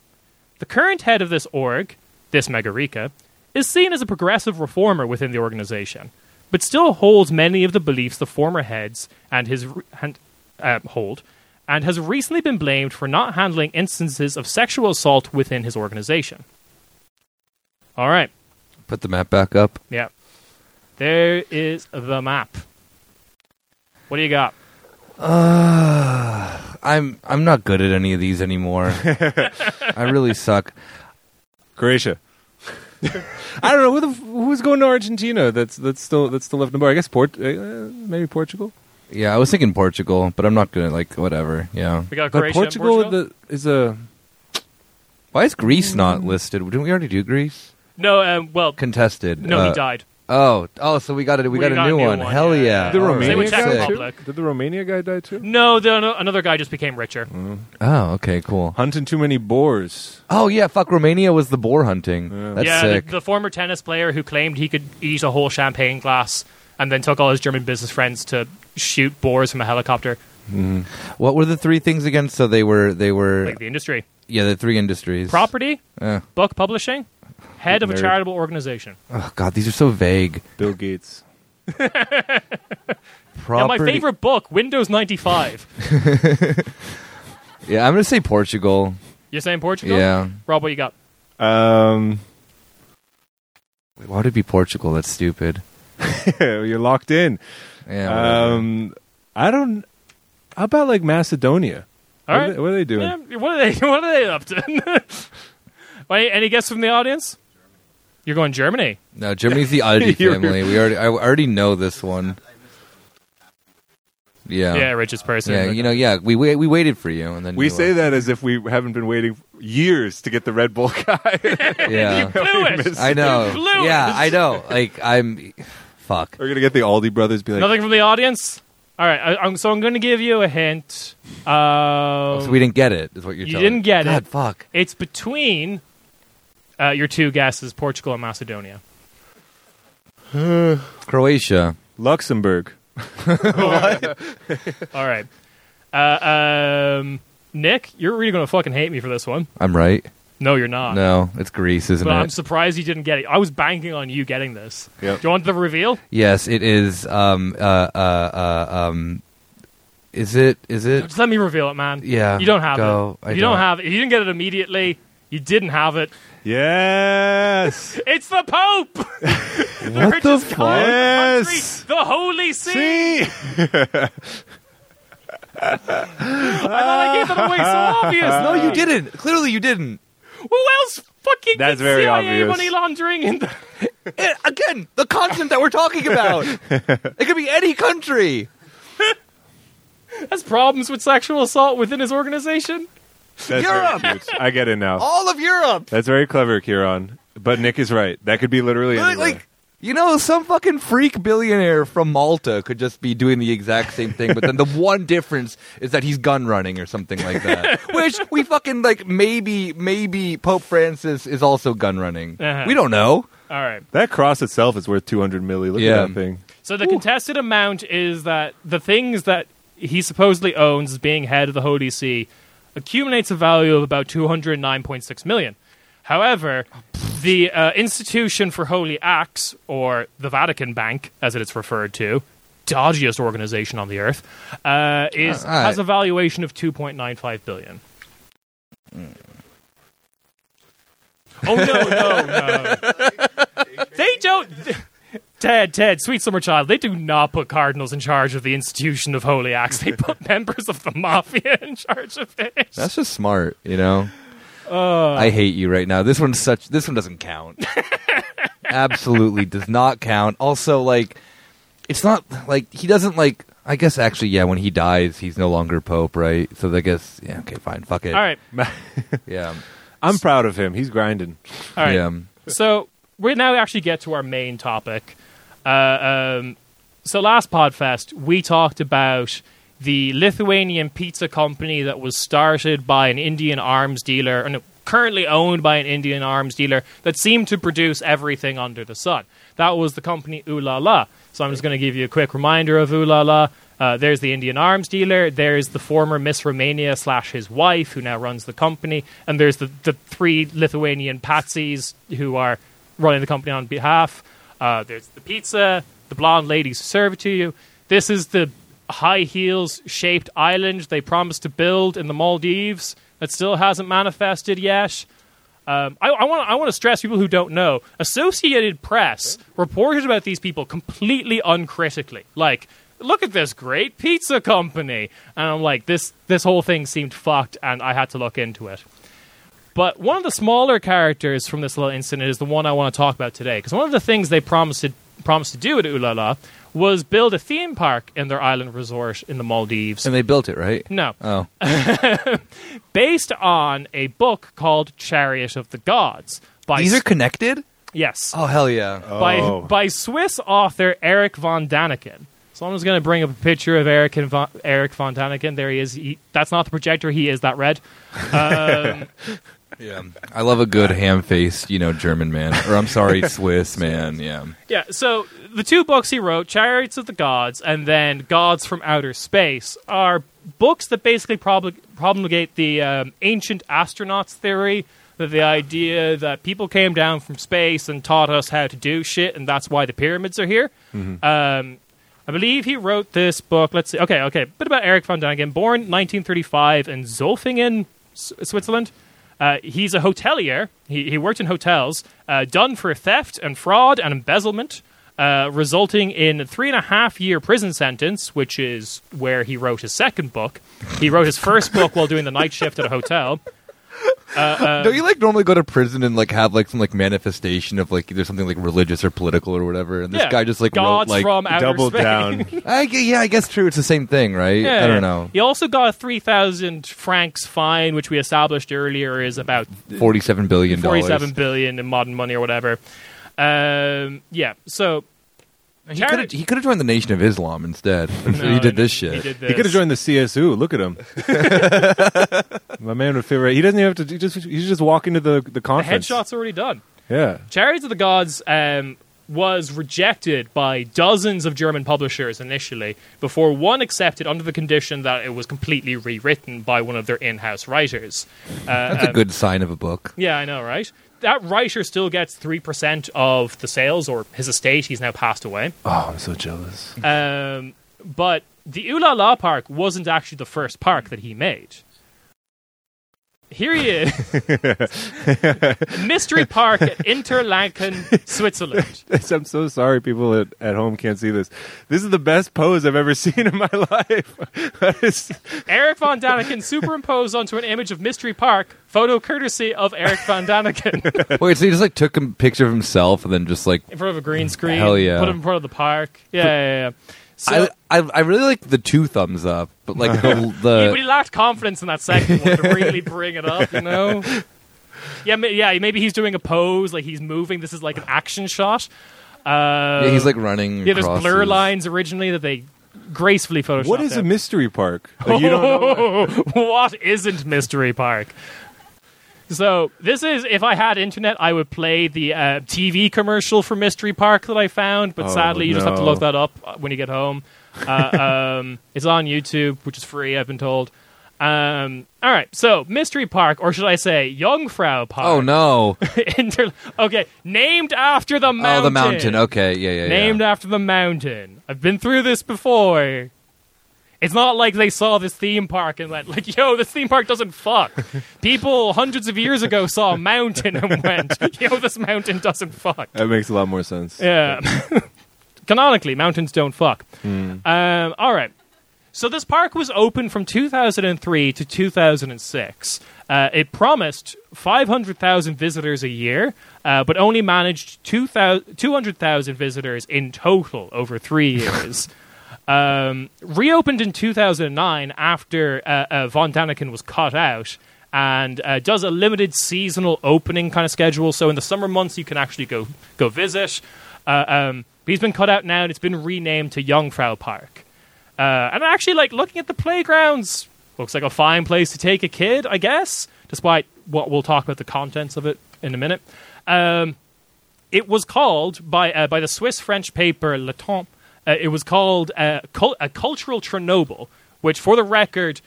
the current head of this org, this Megarica, is seen as a progressive reformer within the organization, but still holds many of the beliefs the former heads and his re- and, uh, hold, and has recently been blamed for not handling instances of sexual assault within his organization. All right. Put the map back up. Yeah. There is the map. What do you got? Uh, I'm I'm not good at any of these anymore. I really suck. Croatia. I don't know who the, f- who's going to Argentina. That's that's still that's still left in the bar. I guess Port, uh, maybe Portugal. Yeah, I was thinking Portugal, but I'm not good at like whatever. Yeah. We got But Croatia. and Portugal, The, is a Why is Greece not listed? Didn't we already do Greece? no, um, well, Contested. no, Uh, he died. Oh, oh, so we got it. We, got, a new, one. Hell yeah! the Same Romanian with Czech guy Republic. too. Did the Romania guy die too? No, the, no, another guy just became richer. Oh, okay, cool. Hunting too many boars. Oh yeah, fuck. Romania was the boar hunting. That's yeah, sick. The, the former tennis player who claimed he could eat a whole champagne glass and then took all his German business friends to shoot boars from a helicopter, what were the three things again? So they were they were like the industry. yeah the three industries. Property, Uh, book publishing, head of a Nerd. charitable organization. oh god, these are so vague. Bill Gates. Now, Property. my favorite book, Windows 95. Yeah, I'm gonna say Portugal. You're saying Portugal? Yeah. Rob, what you got? Um, Wait, Why would it be Portugal? That's stupid. you're locked in. Uh, Yeah. whatever. Um, I don't. How about like Macedonia? All what, right. are they, what are they doing? Yeah, what are they? What are they up to? Wait, any guess from the audience? You're going Germany. No, Germany's the Aldi You're- family. We already, I already know this one. Yeah, Yeah, richest person. yeah. You know, yeah. We wait, we waited for you, and then We you say were- that as if we haven't been waiting years to get the Red Bull guy. Yeah, Blew it. missed I know. uh, Blew it. Yeah, I know. Like I'm, fuck. We're gonna get the Aldi brothers. Be like, Nothing from the audience. All right, I, I'm, so I'm going to give you a hint. Um, So we didn't get it. Is what you're You telling didn't get God, it. Fuck. it's between uh, your two guesses, Portugal and Macedonia. Croatia. Luxembourg. All right, uh, um, Nick, you're really going to fucking hate me for this one. I'm right. No, you're not. No, it's Greece, isn't Uh, But I'm it? surprised you didn't get it. I was banking on you getting this. Yep. Do you want the reveal? yes, it is. Um. Uh. Uh. uh um. Is it? Is it? Just let me reveal it, man. Yeah, You don't have go. it. I you don't. don't. have it. You didn't get it immediately. You didn't have it. Yes. It's the Pope. the What the richest fuck? guy in the country, Yes. the Holy See. See. I thought I gave that away so obvious. No, you didn't. Clearly, you didn't. Who else fucking That's did very CIA obvious. money laundering? In the- Eh, again, the continent that we're talking about. it could be any country. has problems with sexual assault within his organization. That's Europe. Very cute. I get it now. All of Europe. That's very clever, Kieran. But Nick is right. That could be literally Like, anywhere. like, you know, some fucking freak billionaire from Malta could just be doing the exact same thing, but then the one difference is that he's gun running or something like that. Which we fucking like. Maybe, maybe Pope Francis is also gun running. Uh-huh. We don't know. All right. that cross itself is worth 200 milli. Look Yeah. at that thing. So the contested amount is that the things that he supposedly owns as being head of the Holy See accumulates a value of about 209.6 million. However, the uh, institution for holy acts, or the Vatican Bank, as it is referred to, dodgiest organization on the earth, uh, is Uh, all right. has a valuation of 2.95 billion. Hmm. Oh no, no, no! they don't. Ted, Ted, sweet summer child, they do not put cardinals in charge of the institution of holy acts. They put members of the mafia in charge of it. That's just smart, you know. I hate you right now. This one's such. This one doesn't count. Absolutely does not count. Also, like, it's not like he doesn't like. I guess actually, yeah. When he dies, he's no longer pope, right? So I guess, yeah. Okay, fine. Fuck it. all right, Yeah. I'm proud of him. He's grinding. all right. Yeah. So we now actually get to our main topic. Uh, um, so last Podfest, we talked about the Lithuanian pizza company that was started by an Indian arms dealer, and currently owned by an Indian arms dealer that seemed to produce everything under the sun. That was the company Ooh La La. So I'm just going to give you a quick reminder of Ooh La La. Uh, there's the Indian arms dealer. There's the former Miss Romania slash his wife, who now runs the company, and there's the, the three Lithuanian patsies who are running the company on behalf. Uh, there's the pizza, the blonde ladies who serve it to you. This is the high heels shaped island they promised to build in the Maldives that still hasn't manifested yet. Um, I, I want I want to stress people who don't know. Associated Press reported about these people completely uncritically. Like, look at this great pizza company, and I'm like, this this whole thing seemed fucked, and I had to look into it. But one of the smaller characters from this little incident is the one I want to talk about today, because one of the things they promised to, promised to do at Ulala was build a theme park in their island resort in the Maldives. And they built it, right? no, Oh, based on a book called Chariot of the Gods. By these are connected. Yes. Oh hell yeah! By, Oh. by Swiss author Eric von Daniken. So I'm just going to bring up a picture of Eric and von, Eric von Daniken. There he is. He, that's not the projector. He is that red. Yeah. I love a good ham-faced, you know, German man, or I'm sorry, Swiss man. Yeah. Yeah. So the two books he wrote, Chariots of the Gods and then Gods from Outer Space, are books that basically probably promulgate the um, ancient astronauts theory. That the idea that people came down from space and taught us how to do shit, and that's why the pyramids are here. Um, I believe he wrote this book. Let's see. Okay, okay. Bit about Eric von Daniken. Born 1935 in Zolfingen, S- Switzerland. Uh, he's a hotelier. He, he worked in hotels, uh, done for theft and fraud and embezzlement, uh, resulting in a three and a half year prison sentence, which is where he wrote his second book. He wrote his first book while doing the night shift at a hotel. Don't you like normally go to prison and like have like some like manifestation of like either something like religious or political or whatever? And this Yeah. guy just like Gods wrote like from outer Double space. down. I gu- yeah, I guess true. It's the same thing, right? Yeah, I yeah. don't know. He also got a 3,000 francs fine, which we established earlier is about Forty-seven billion dollars. 47 billion in modern money or whatever. Um, yeah, so. He could have he could have joined the Nation of Islam instead. No, he did this he shit. did He could this. have joined the CSU. Look at him. My man would fit right. He doesn't even have to. He just he should just walk into the the The conference. headshot's already done. Yeah. Chariots of the Gods um, was rejected by dozens of German publishers initially, before one accepted under the condition that it was completely rewritten by one of their in house writers. That's a good sign of a book. Yeah, I know, right? That writer still gets 3% of the sales or his estate. He's now passed away. Oh, I'm so jealous. Um, but the Ooh La La Park wasn't actually the first park that he made. Here he is. Mystery Park at Interlaken, Switzerland. I'm so sorry people at, at home can't see this. This is the best pose I've ever seen in my life. That is- Eric Von Daniken superimposed onto an image of Mystery Park, photo courtesy of Eric Von Daniken Wait, so he just like took a picture of himself and then just like in front of a green screen. Hell yeah. Put him in front of the park. Yeah, yeah, yeah. So I, I I really like the two thumbs up, but like the, he, Uh, the but he lacked confidence in that second one to really bring it up, you know? Yeah, ma- yeah. Maybe he's doing a pose, like he's moving. This is like an action shot. Uh, yeah, he's like running. yeah. There's across blur his- lines originally that they gracefully photoshopped. what is a out. mystery park? Like, you don't know. what isn't Mystery Park? So this is if I had internet, I would play the uh, TV commercial for Mystery Park that I found. But Oh, sadly, you just have to no. look that up uh, when you get home. Uh, um, it's on YouTube, which is free, I've been told. Um, all right, so Mystery Park, or should I say Jungfrau Park? Oh no! Inter- okay, named after the mountain. Oh, the mountain. Okay, yeah, yeah, yeah. Named after the mountain. I've been through this before. It's not like they saw this theme park and went like, "Yo, this theme park doesn't fuck." People hundreds of years ago saw a mountain and went, "Yo, this mountain doesn't fuck." That makes a lot more sense. Yeah. canonically, mountains don't fuck. Um, all right. So this park was open from 2003 to 2006. Uh, it promised 500,000 visitors a year, uh, but only managed 2,000 200,000 visitors in total over three years. um, reopened in 2009 after uh, uh, Von Daniken was cut out and uh, does a limited seasonal opening kind of schedule. So in the summer months, you can actually go, go visit. Uh, um, but he's been cut out now and it's been renamed to Jungfrau Park. Uh, and actually, like looking at the playgrounds, looks like a fine place to take a kid, I guess, despite what we'll talk about the contents of it in a minute. Um, it was called by uh, by the Swiss French paper Le Temps. Uh, it was called uh, cul- a cultural Chernobyl, which, for the record,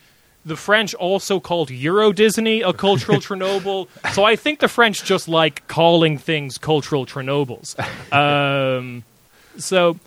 the French also called Euro Disney a cultural Chernobyl. So I think the French just like calling things cultural Chernobyls. Um, so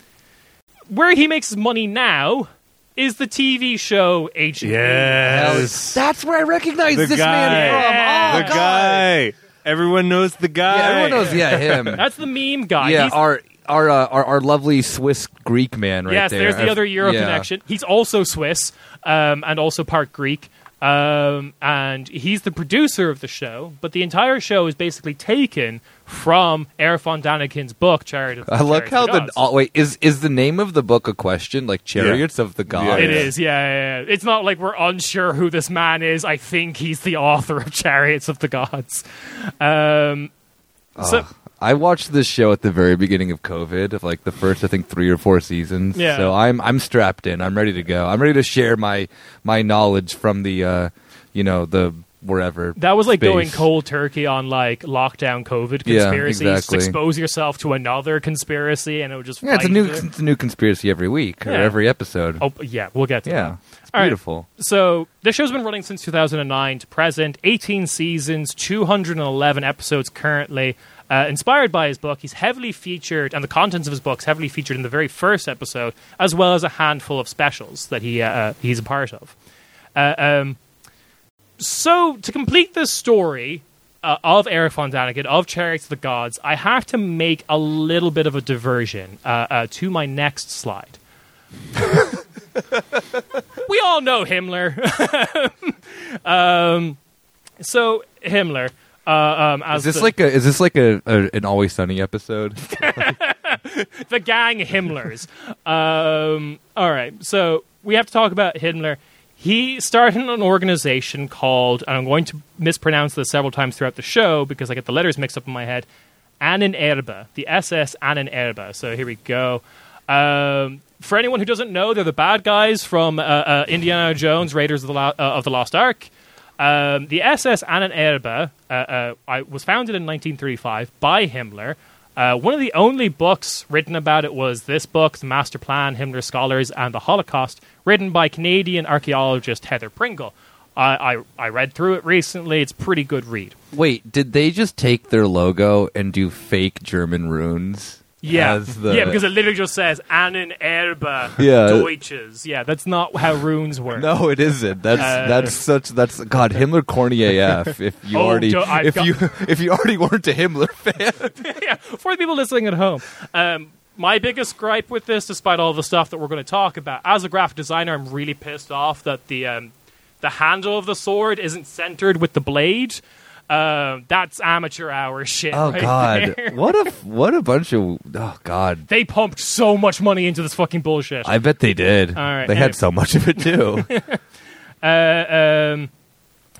where he makes his money now is the TV show H. Yes. That's where I recognize The this guy. Yeah. man from. Oh, the God. guy. Everyone knows the guy. Yeah, everyone knows. Yeah, him. That's the meme guy. yeah, He's- our our, uh, our our lovely Swiss Greek man right yes, there. there's the Uh, other Euro yeah. connection. He's also Swiss um, and also part Greek. Um, and he's the producer of the show, but the entire show is basically taken from Air von Daniken's book, Chariot. of- I Chariots like how of the Gods. oh, wait is is the name of the book a question like chariots of the gods? It Yeah. is, yeah, yeah, yeah. It's not like we're unsure who this man is. I think he's the author of Chariots of the Gods. Um, so, I watched this show at the very beginning of COVID, of like the first I think three or four seasons. Yeah. So I'm I'm strapped in. I'm ready to go. I'm ready to share my my knowledge from the uh, you know the wherever. That was like space. going cold turkey on like lockdown COVID Yeah, conspiracies. Just exactly. expose yourself to another conspiracy, and it would just Yeah, it's a fight new you. it's a new conspiracy every week or Yeah. every episode. Oh yeah, we'll get to yeah, it's All right. beautiful. that. So the show's been running since 2009 to present, 18 seasons, 211 episodes currently. Uh, inspired by his book, he's heavily featured, and the contents of his books heavily featured in the very first episode, as well as a handful of specials that he uh, he's a part of. Uh, um, so to complete this story uh, of Eric von Daniken, of Chariots of the Gods, I have to make a little bit of a diversion uh, uh, to my next slide. we all know Himmler. um, so Himmler, uh, um, as Is this the, like a is this like a, a an Always Sunny episode? the gang Himmlers. um, all right, so we have to talk about Himmler. He started an organization called, and I'm going to mispronounce this several times throughout the show because I get the letters mixed up in my head, Annenerbe, the SS Annenerbe. So here we go. Um, for anyone who doesn't know, they're the bad guys from uh, uh, Indiana Jones, Raiders of the, Lo- uh, of the Lost Ark. Um, the SS Annenerbe uh, uh, I, was founded in 1935 by Himmler. Uh, one of the only books written about it was this book, The Master Plan, Himmler Scholars, and the Holocaust, written by Canadian archaeologist Heather Pringle. I, I, I read through it recently. It's a pretty good read. Wait, did they just take their logo and do fake German runes? Yeah, as the- yeah, because it literally just says "Annen Erbe Yeah. Deutsches." Yeah, that's not how runes work. No, it isn't. That's Uh, that's such that's God Himmler corny AF. If you Oh, already duh, I've if got- you if you already weren't a Himmler fan, yeah, for the people listening at home. Um, my biggest gripe with this, despite all the stuff that we're going to talk about, as a graphic designer, I'm really pissed off that the um, the handle of the sword isn't centered with the blade. Um that's amateur hour shit. oh right God, there. what a what a bunch of oh God. They pumped so much money into this fucking bullshit. I bet they did. All right, they anyway. had so much of it too. Uh, um,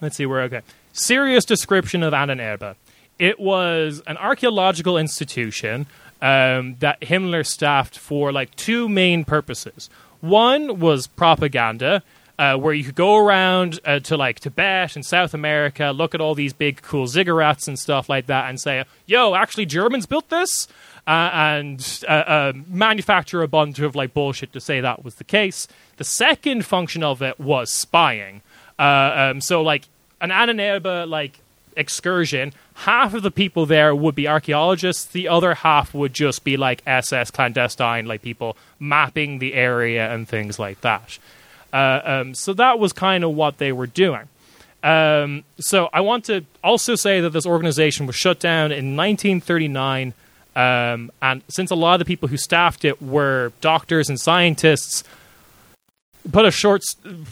let's see, we're okay. Serious description of Annenerbe. It was an archaeological institution um, that Himmler staffed for like two main purposes. One was propaganda, uh, where you could go around uh, to like Tibet and South America, look at all these big cool ziggurats and stuff like that, and say, "Yo, actually, Germans built this." uh, and uh, uh, manufacture a bunch of like bullshit to say that was the case. The second function of it was spying. Uh, um, so like an Ananerba like excursion, half of the people there would be archaeologists. The other half would just be like SS clandestine, like people mapping the area and things like that. Uh, um, so that was kind of what they were doing. Um, so I want to also say that this organization was shut down in 1939 Um, and since a lot of the people who staffed it were doctors and scientists, put a short,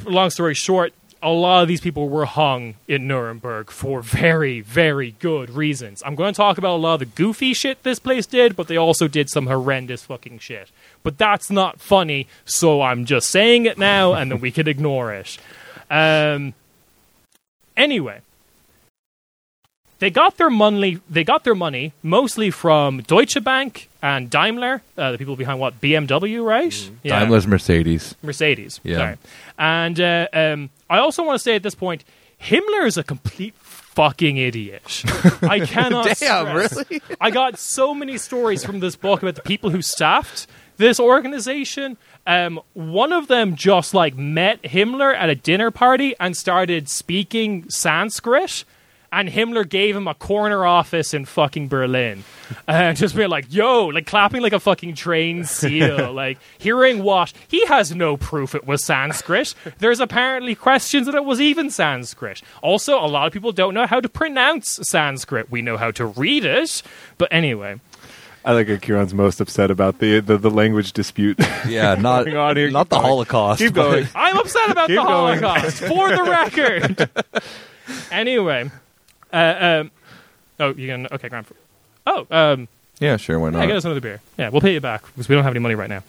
long story short, a lot of these people were hung in Nuremberg for very, very good reasons. I'm going to talk about a lot of the goofy shit this place did, but they also did some horrendous fucking shit. But that's not funny, so I'm just saying it now, and then we can ignore it. Um, anyway, they got their money. They got their money mostly from Deutsche Bank and Daimler, uh, the people behind what BMW, right? Yeah. Daimler's Mercedes. Mercedes. Yeah. Sorry. And uh, um, I also want to say at this point, Himmler is a complete fucking idiot. I cannot. Damn, stress. really? I got so many stories from this book about the people who staffed this organization. Um, one of them just like met Himmler at a dinner party and started speaking Sanskrit. And Himmler gave him a corner office in fucking Berlin, and just being like, "Yo," like clapping like a fucking trained seal, like hearing what he has no proof it was Sanskrit. There's apparently questions that it was even Sanskrit. Also, a lot of people don't know how to pronounce Sanskrit. We know how to read it, but anyway, I like Akiran's most upset about the the, the language dispute. Yeah, not Going on here, not keep the going. Holocaust. Keep but- going. I'm upset about the Keep going. Holocaust for the record. anyway, uh, um, oh, you can okay, Grant. Oh, um, Yeah, sure. Why yeah, not? get us another beer. Yeah, we'll pay you back because we don't have any money right now.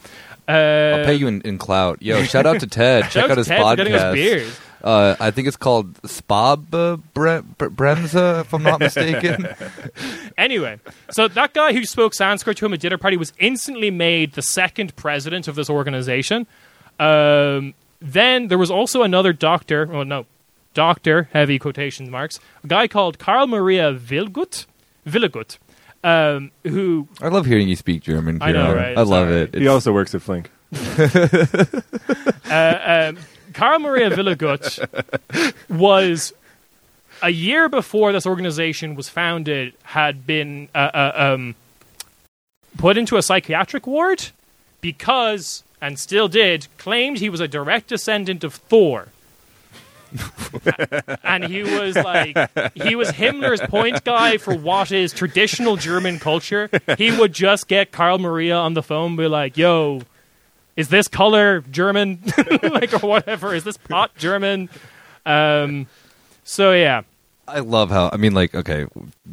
Uh, I'll pay you in, in clout. Yo, shout out to Ted. Check shout out to his Ted for podcast. getting us beers. Uh, I think it's called Spab uh, Bre- Bre- Bremza, if I'm not mistaken. Anyway, so that guy who spoke Sanskrit to him at dinner party was instantly made the second president of this organization. Um, then there was also another doctor. Oh no, doctor heavy quotation marks. A guy called Karl Maria Wilgut, Willigut, um, who I love hearing you speak German. I know, Kieran. right? I love Sorry. it. he also works at Flink. um, Karl Maria Villagut was a year before this organization was founded had been uh, uh, um, put into a psychiatric ward because and still did claimed he was a direct descendant of Thor. and he was like he was Himmler's point guy for what is traditional German culture. He would just get Karl Maria on the phone and be like, "Yo, is this color German? like or whatever. Is this pot German? Um, so yeah. I love how I mean, like, okay,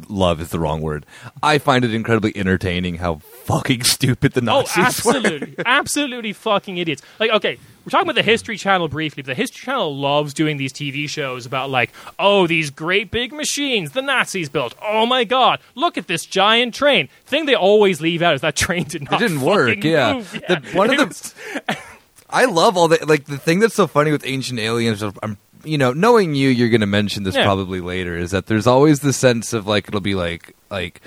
love is the wrong word. I find it incredibly entertaining how fucking stupid the Oh, Nazis were. absolutely, absolutely fucking idiots. Like, okay, we're talking about the History Channel briefly, but the History Channel loves doing these TV shows about like, oh, these great big machines the Nazis built. Oh my god, look at this giant train. Thing they always leave out is that train did not. It didn't work. fucking Yeah, move. The- one of It the was- I love all the like the thing that's so funny with ancient aliens. I'm you know knowing you, you're going to mention this Yeah. probably later. Is that there's always the sense of like it'll be like like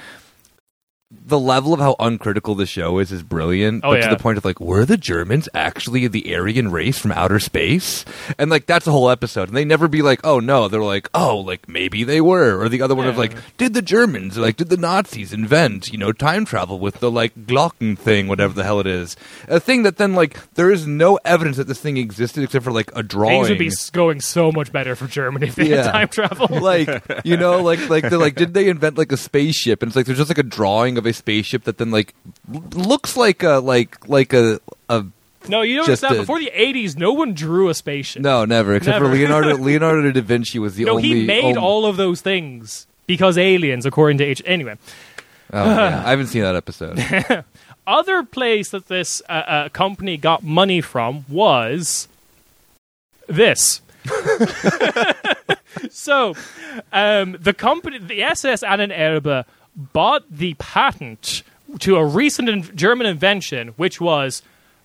the level of how uncritical the show is is brilliant. Oh, but yeah. to the point of like, were the Germans actually the Aryan race from outer space? And like that's a whole episode. And they never be like, oh no, they're like, oh, like maybe they were. Or the other one of Yeah. like, did the Germans like did the Nazis invent you know time travel with the like Glocken thing, whatever the hell it is, a thing that then like there is no evidence that this thing existed except for like a drawing. Things would be s- going so much better for Germany if they Yeah. had time travel. like you know like like they're like did they invent like a spaceship and it's like there's just like a drawing of a spaceship that then like l- looks like a like like a a No, you don't Just understand. a- Before the '80s, no one drew a spaceship. no never except for Never. leonardo leonardo da vinci was the No, only he made only- all of those things because aliens, according to H. Anyway, oh, yeah. i haven't seen that episode other place that this uh, uh, company got money from was this. so, um, the company, the SS Annenerbe, bought the patent to a recent in- German invention, which was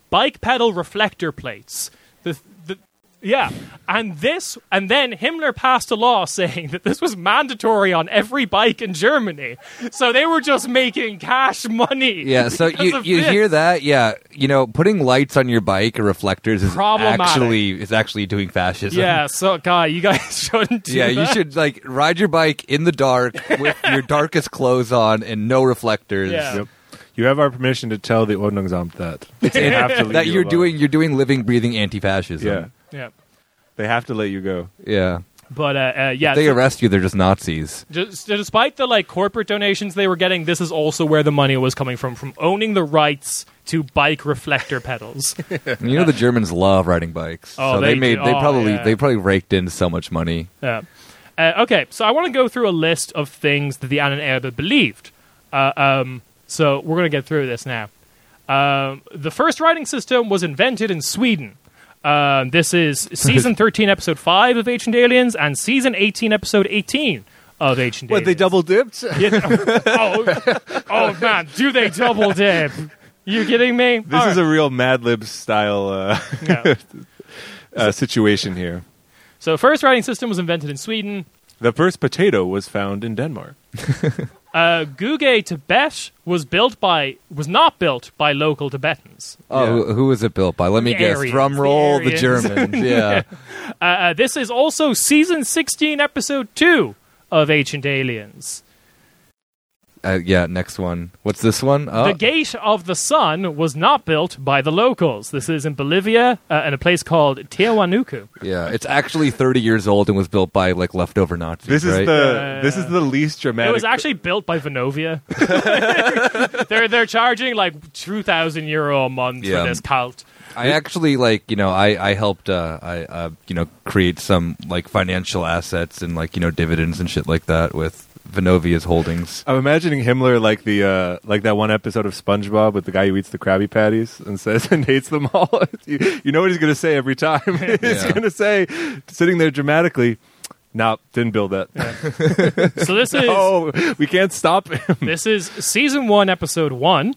bike pedal reflector plates. The, the, yeah, and this, and then Himmler passed a law saying that this was mandatory on every bike in Germany. So they were just making cash money. yeah so because you of you this. hear that yeah you know putting lights on your bike or reflectors is Problematic. actually is actually doing fascism Yeah, so God, you guys shouldn't. Do yeah, that. you should like ride your bike in the dark with your darkest clothes on and no reflectors. Yeah. Yep. You have our permission to tell the Ordnungsamt that they have to leave that you you're alone. doing you're doing living breathing anti-fascism Yeah, Yeah. they have to let you go. yeah But uh, uh, yeah, they so- arrest you, they're just Nazis. Just, despite the like corporate donations they were getting, this is also where the money was coming from from owning the rights to bike reflector pedals. And you know the Germans love riding bikes, Oh, so they, they made do. they Oh, probably yeah. they probably raked in so much money. Yeah. Uh, okay, so I want to go through a list of things that the Anunnaki believed. Uh, um, so we're going to get through this now. Um, the first writing system was invented in Sweden. Um, this is season 13, episode 5 of Ancient Aliens, and season 18, episode 18 of Ancient What, Aliens. they double dipped? Yeah. oh, oh, man, do they double dip? You kidding me? This is a real Mad Libs style uh, uh, situation here. so first writing system was invented in Sweden. The first potato was found in Denmark. Uh, Guge Tibet was built by was not built by local Tibetans. Oh, Yeah. who, who was it built by? Let me The guess. Aryans, Drum the roll, the, Aryans. Germans. Yeah. Uh, uh, this is also season sixteen, episode two of Ancient Aliens. Uh, yeah. Next one. What's this one? Oh, Uh. The Gate of the Sun was not built by the locals. This is in Bolivia uh, in a place called Tiahuanacu. yeah. It's actually 30 years old and was built by like leftover Nazis. This right? is the Yeah. this is the least dramatic. It was actually built by Venovia. they're they're charging like two thousand euro a month Yeah. for this cult. I actually like you know I I helped uh, I uh, you know create some like financial assets and like you know dividends and shit like that with Vinovia's holdings. Uh, I'm imagining Himmler like the uh, like that one episode of SpongeBob with the guy who eats the Krabby Patties and says and hates them all. you, you know what he's going to say every time. he's Yeah. going to say, sitting there dramatically, "Nope, didn't build that. So this is oh, we can't stop him." this is season one, episode one,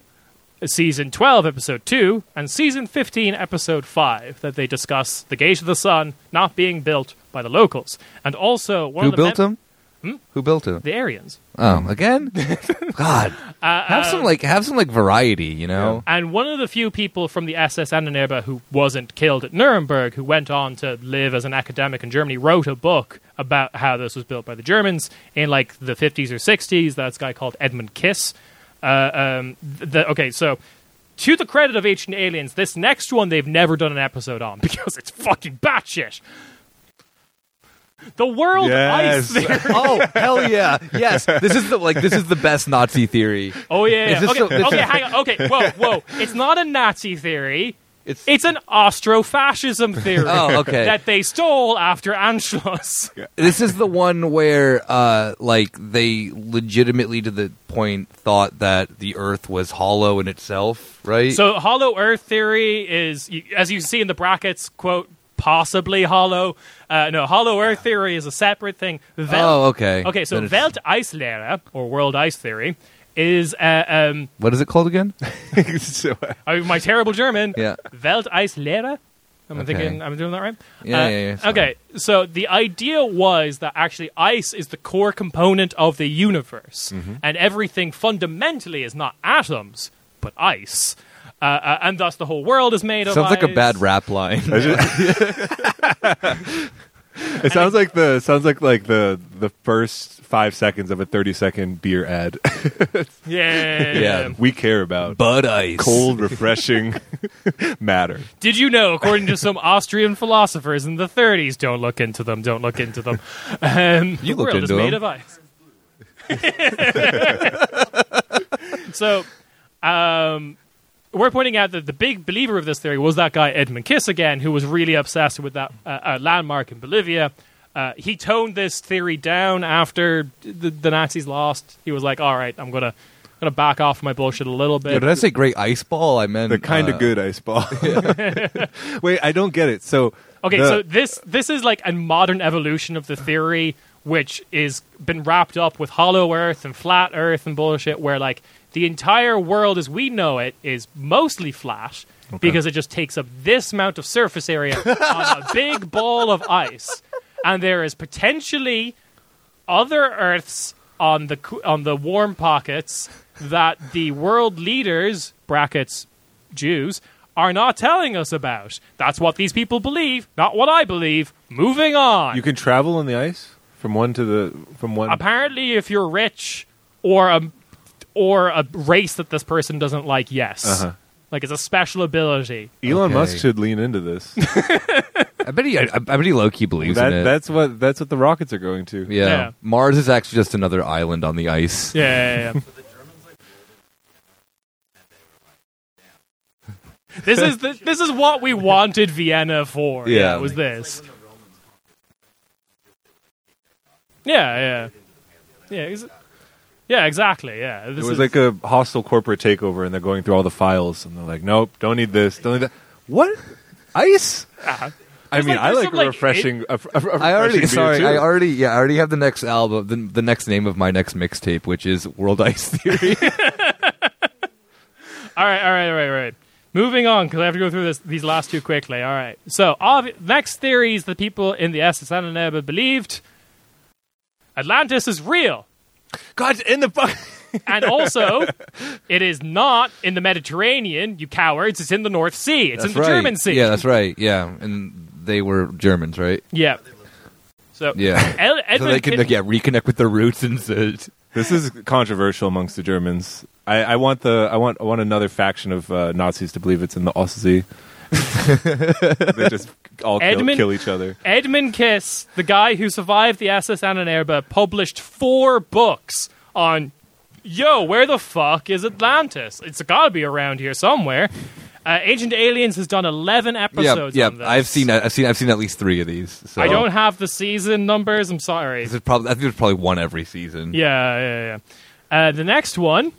season twelve, episode two, and season fifteen, episode five. That they discuss the Gate of the Sun not being built by the locals, and also one Who of the built mem- him? Who built him? The Uh, Aryans. Oh, again? God, have some like have some like variety, you know? And one of the few people from the SS Annenerbe who wasn't killed at Nuremberg, who went on to live as an academic in Germany, wrote a book about how this was built by the Germans in like the 50s or 60s. That's a guy called Edmund Kiss. Uh, um, th- the, okay, so to the credit of Ancient Aliens, this next one they've never done an episode on because it's fucking batshit. The world Yes. ice theory. oh hell yeah! Yes, this is the like this is the best Nazi theory. Oh yeah, Is yeah. this okay, the- okay, hang on. Okay, whoa, whoa. It's not a Nazi theory. It's It's an Austrofascism theory Oh, okay. that they stole after Anschluss. this is the one where uh like they legitimately to the point thought that the Earth was hollow in itself, right? So, hollow Earth theory is, y- as you see in the brackets, quote, possibly hollow. Uh, no, hollow Earth theory is a separate thing. oh Welt, okay. okay, so Then it's- Welt Eislehre, or world ice theory, is, uh, um, What is it called again? so, uh, I mean, my terrible German, Yeah. Welt Eislehre. I'm Okay. thinking, I'm doing that right? Yeah, Uh, yeah, yeah, it's fine. Okay, so the idea was that actually ice is the core component of the universe, Mm-hmm. and everything fundamentally is not atoms, but ice. Uh, uh, and thus the whole world is made of Sounds like a ice. bad rap line. it sounds like the sounds like like the the first five seconds of a thirty second beer ad. Yeah. Yeah. we care about Bud Ice. cold, refreshing matter. Did you know, according to some Austrian philosophers in the 30s, don't look into them, don't look into them, um, You the looked world is into made them. of ice. so, um, we're pointing out that the big believer of this theory was that guy Edmund Kiss again, who was really obsessed with that uh, uh, landmark in Bolivia. Uh, he toned this theory down after the, the Nazis lost. He was like, "All right, I'm gonna gonna back off my bullshit a little bit." Yo, did I say great ice ball? I meant The kind uh, of good ice ball. Wait, I don't get it. So Okay, the- so this this is like a modern evolution of the theory, which is been wrapped up with hollow Earth and flat Earth and bullshit, where like the entire world as we know it is mostly flat because it just takes up this amount of surface area on a big ball of ice, and there is potentially other Earths on the co- on the warm pockets that the world leaders brackets Jews are not telling us about. That's what these people believe, not what I believe. Moving on. you can travel on the ice from one to the from one. Apparently, if you're rich or a or a race that this person doesn't like, yes, Uh-huh. like it's a special ability. Elon Okay. Musk should lean into this. I bet he. I, I bet he low key believes in That, it. that's what that's what the rockets are going to. yeah. Yeah. Mars is actually just another island on the ice. Yeah, yeah, yeah, yeah. this is the, this is what we wanted Vienna for. Yeah, Yeah. it was this. Yeah, yeah, yeah, ex- yeah. Exactly. Yeah, this It was is, like a hostile corporate takeover, and they're going through all the files, and they're like, "Nope, don't need this, don't need that." What ice? Ah. I There's mean, like- I there's like some, like, refreshing. a, a- a I already. refreshing beer, Sorry. I too. already. Yeah. I already have the next album. The, the next name of my next mixtape, which is World Ice Theory. All right, all right, all right, all right. Moving on because I have to go through this, these last two quickly. All right. So, obvi- next theories the people in the SSN never believed. Atlantis is real, God, in the fuck. and also it is not in the Mediterranean. You cowards! It's in the North Sea. It's in the right. German Sea. Yeah, that's right. Yeah, and they were Germans, right? Yeah. So Yeah. El- so they Edmund can Kid- like, yeah reconnect with their roots and s- This is controversial amongst the Germans. I, I want the I want I want another faction of uh, Nazis to believe it's in the Ostsee. they just all kill, Edmund- kill each other. Edmund Kiss, the guy who survived the SS Ananerba, published four books on Yo, where the fuck is Atlantis? It's gotta be around here somewhere. Uh, Ancient Aliens has done eleven yeah episodes. yeah on this. I've seen I've seen I've seen at least three of these. So I don't have the season numbers. I'm sorry. This is probably I think there's probably one every season. Yeah, yeah, yeah. Uh, the next one,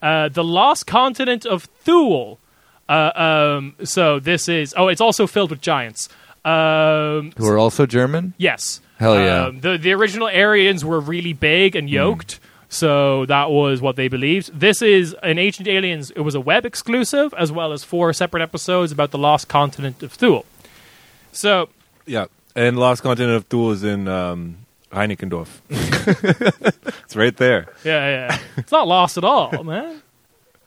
uh, the lost continent of Thule. Uh, um, so this is. Oh, it's also filled with giants. Um, Who are also German? Yes. Hell yeah. Hmm. Um, the the original Aryans were really big and yoked, so that was what they believed. This is an Ancient Aliens. It was a web exclusive, as well as four separate episodes about the lost continent of Thule. So Yeah, and Lost Continent of Thule is in um, Reinickendorf. it's right there. yeah, yeah, yeah. it's not lost at all, man.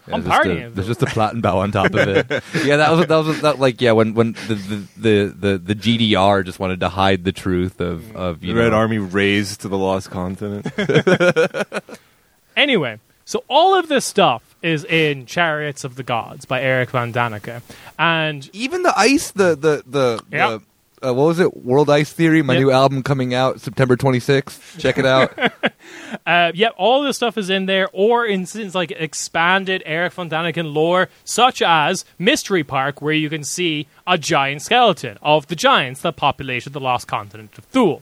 Yeah, I'm just a- partying. There's just a Plattenbau on top of it. yeah, that was that was that like yeah when when the the the, the, the GDR just wanted to hide the truth of of The you Red know, Army raised to the Lost Continent. Anyway, so all of this stuff is in Chariots of the Gods by Eric Van Daniken, and even the ice the the the, Yeah. the uh, what was it World Ice Theory my Yeah. new album coming out September 26th. Check it out. Uh, yeah, all this stuff is in there, or in since like expanded Eric von Daniken lore, such as Mystery Park, where you can see a giant skeleton of the giants that populated the lost continent of Thule.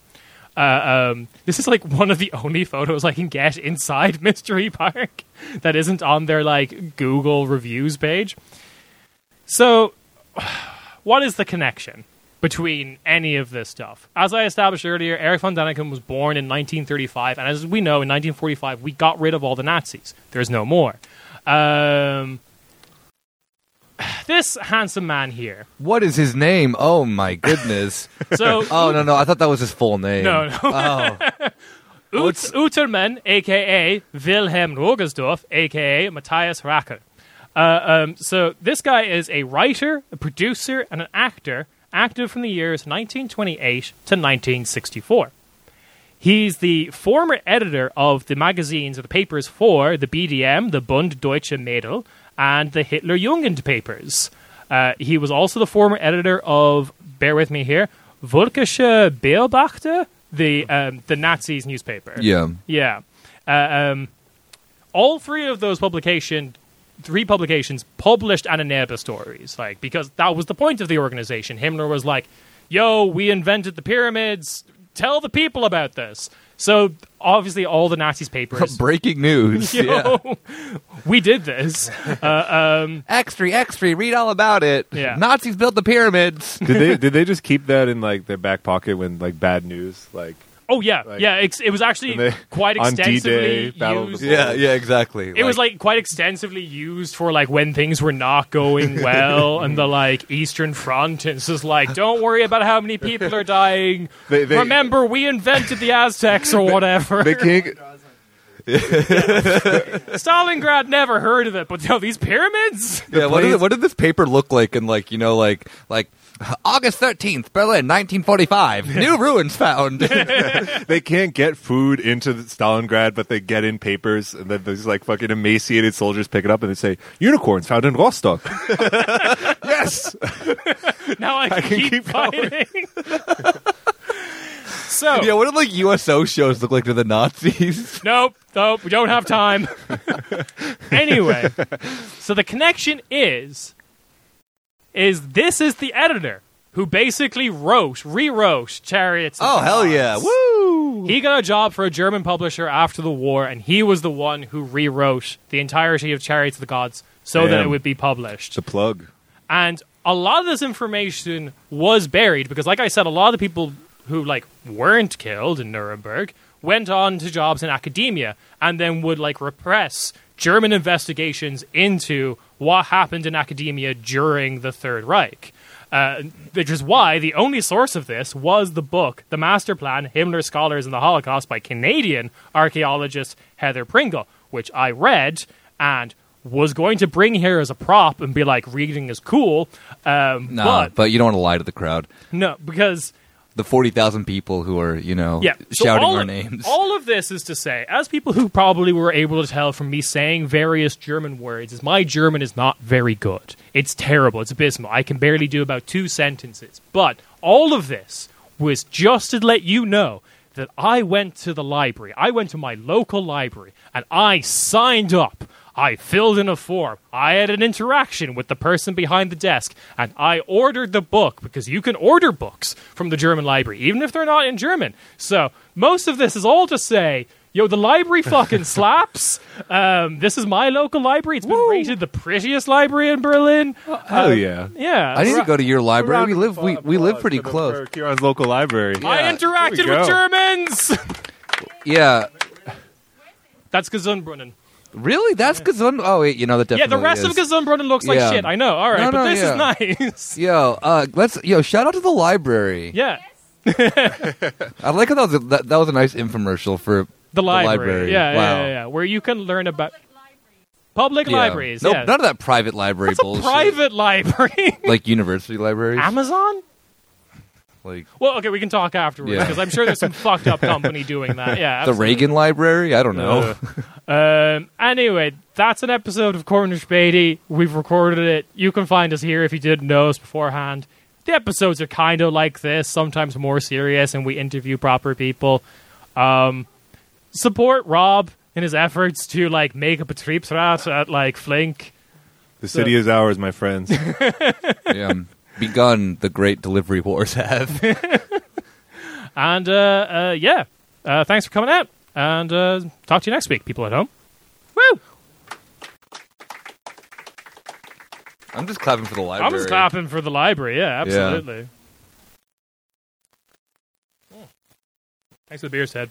Uh, um, this is like one of the only photos I can get inside Mystery Park that isn't on their like Google reviews page. So, what is the connection between any of this stuff? As I established earlier, Eric von Däniken was born in 1935, and as we know, in 1945, we got rid of all the Nazis. There's no more. Um, this handsome man here. What is his name? Oh my goodness. So, Oh no no! I thought that was his full name. No, no. Oh, Ut- Utermann, aka Wilhelm Rogersdorf, aka Matthias Racker. Uh, um, so this guy is a writer, a producer, and an actor, active from the years 1928 to 1964. He's the former editor of the magazines or the papers for the BDM, the Bund Deutsche Mädel, and the Hitler Jugend papers. Uh, he was also the former editor of, bear with me here, Volkische Beobachter, the, um, the Nazis newspaper. yeah. Yeah. Uh, um, all three of those publication, three publications published Ananerba stories, like because that was the point of the organization. Himmler was like, "Yo, we invented the pyramids. Tell the people about this." So obviously, all the Nazis' papers. Breaking news. Yeah. Yo, we did this. X3, X3, read all about it. Yeah. Nazis built the pyramids. did they did they just keep that in like their back pocket when like bad news like Oh yeah, Like- yeah. It's, it was actually And they- quite on D-Day, extensively Battle of the used. Yeah, yeah, exactly. It was like quite extensively used for like when things were not going well and the like Eastern Front. And it's just like, don't worry about how many people are dying. They- they- Remember, we invented the Aztecs or whatever. they can't Stalingrad never heard of it, but yo, these pyramids? yeah, what planes- did, what did this paper look like in like you know like like August thirteenth, Berlin, nineteen forty five. New ruins found. they can't get food into the Stalingrad, but they get in papers, and then these like fucking emaciated soldiers pick it up and they say, "Unicorns found in Rostock." yes, Now I can, can keep, keep going. fighting. so, yeah, what did like USO shows look like to the Nazis? nope, nope, we don't have time. anyway, so the connection is, is this is the editor who basically wrote, rewrote Chariots. of Oh the hell Gods. yeah! Woo! He got a job for a German publisher after the war, and he was the one who rewrote the entirety of Chariots of the Gods so that Damn. it would be published. it's a plug. and a lot of this information was buried because like i said a lot of the people who like weren't killed in nuremberg went on to jobs in academia and then would like repress german investigations into what happened in academia during the third reich uh, which is why the only source of this was the book the master plan himmler scholars and the holocaust by canadian archaeologist heather pringle which i read and was going to bring here as a prop and be like reading is cool um Nah, but, but you don't want to lie to the crowd. no because The forty thousand people who are you know yeah so shouting all our of, names. all of this is to say as people who probably were able to tell from me saying various german words is my german is not very good it's terrible it's abysmal i can barely do about two sentences but all of this was just to let you know that i went to the library i went to my local library and i signed up I filled in a form. I had an interaction with the person behind the desk, and I ordered the book because you can order books from the German library, even if they're not in German. So most of this is all to say, yo, the library fucking slaps. Um, this is my local library. It's been rated the prettiest library in Berlin. Hell yeah! Yeah, I need to go to your Uh, library. We Round live of we, we live applause pretty for the- close. for Kieran's local library. I Yeah, interacted there we with go. Germans. Yeah, That's Gesundbrunnen. really? That's Gesund. Oh wait, you know that Yeah, definitely. the rest of is. Gesundbrunnen looks like Yeah. shit. I know. All right, No, but no, this yeah. is nice. Yo, uh, let's yo shout out to the library. yeah. I like how that was a, that, that was a nice infomercial for The library. library. Yeah, Wow. yeah, yeah, yeah. Where you can learn about public Yeah. libraries. No, yeah. none of that private library It's a bullshit. private library. like university libraries. Amazon? like Well, okay, we can talk afterwards Yeah. because I'm sure there's some fucked up company doing that. Yeah. the Reagan Library. I don't know. Um, anyway, that's an episode of Cornish Beatty. We've recorded it. You can find us here if you didn't know us beforehand. The episodes are kind of like this, sometimes more serious, and we interview proper people. Um, support Rob in his efforts to like make a Betriebsrat at like Flink. The city is ours, my friends. yeah. um, Begun the great delivery wars have. And uh, uh, yeah, uh, thanks for coming out, and uh, talk to you next week, people at home. Woo! I'm just clapping for the library. I'm just clapping for the library. Yeah, Yeah. absolutely. Thanks for the beer, Ted.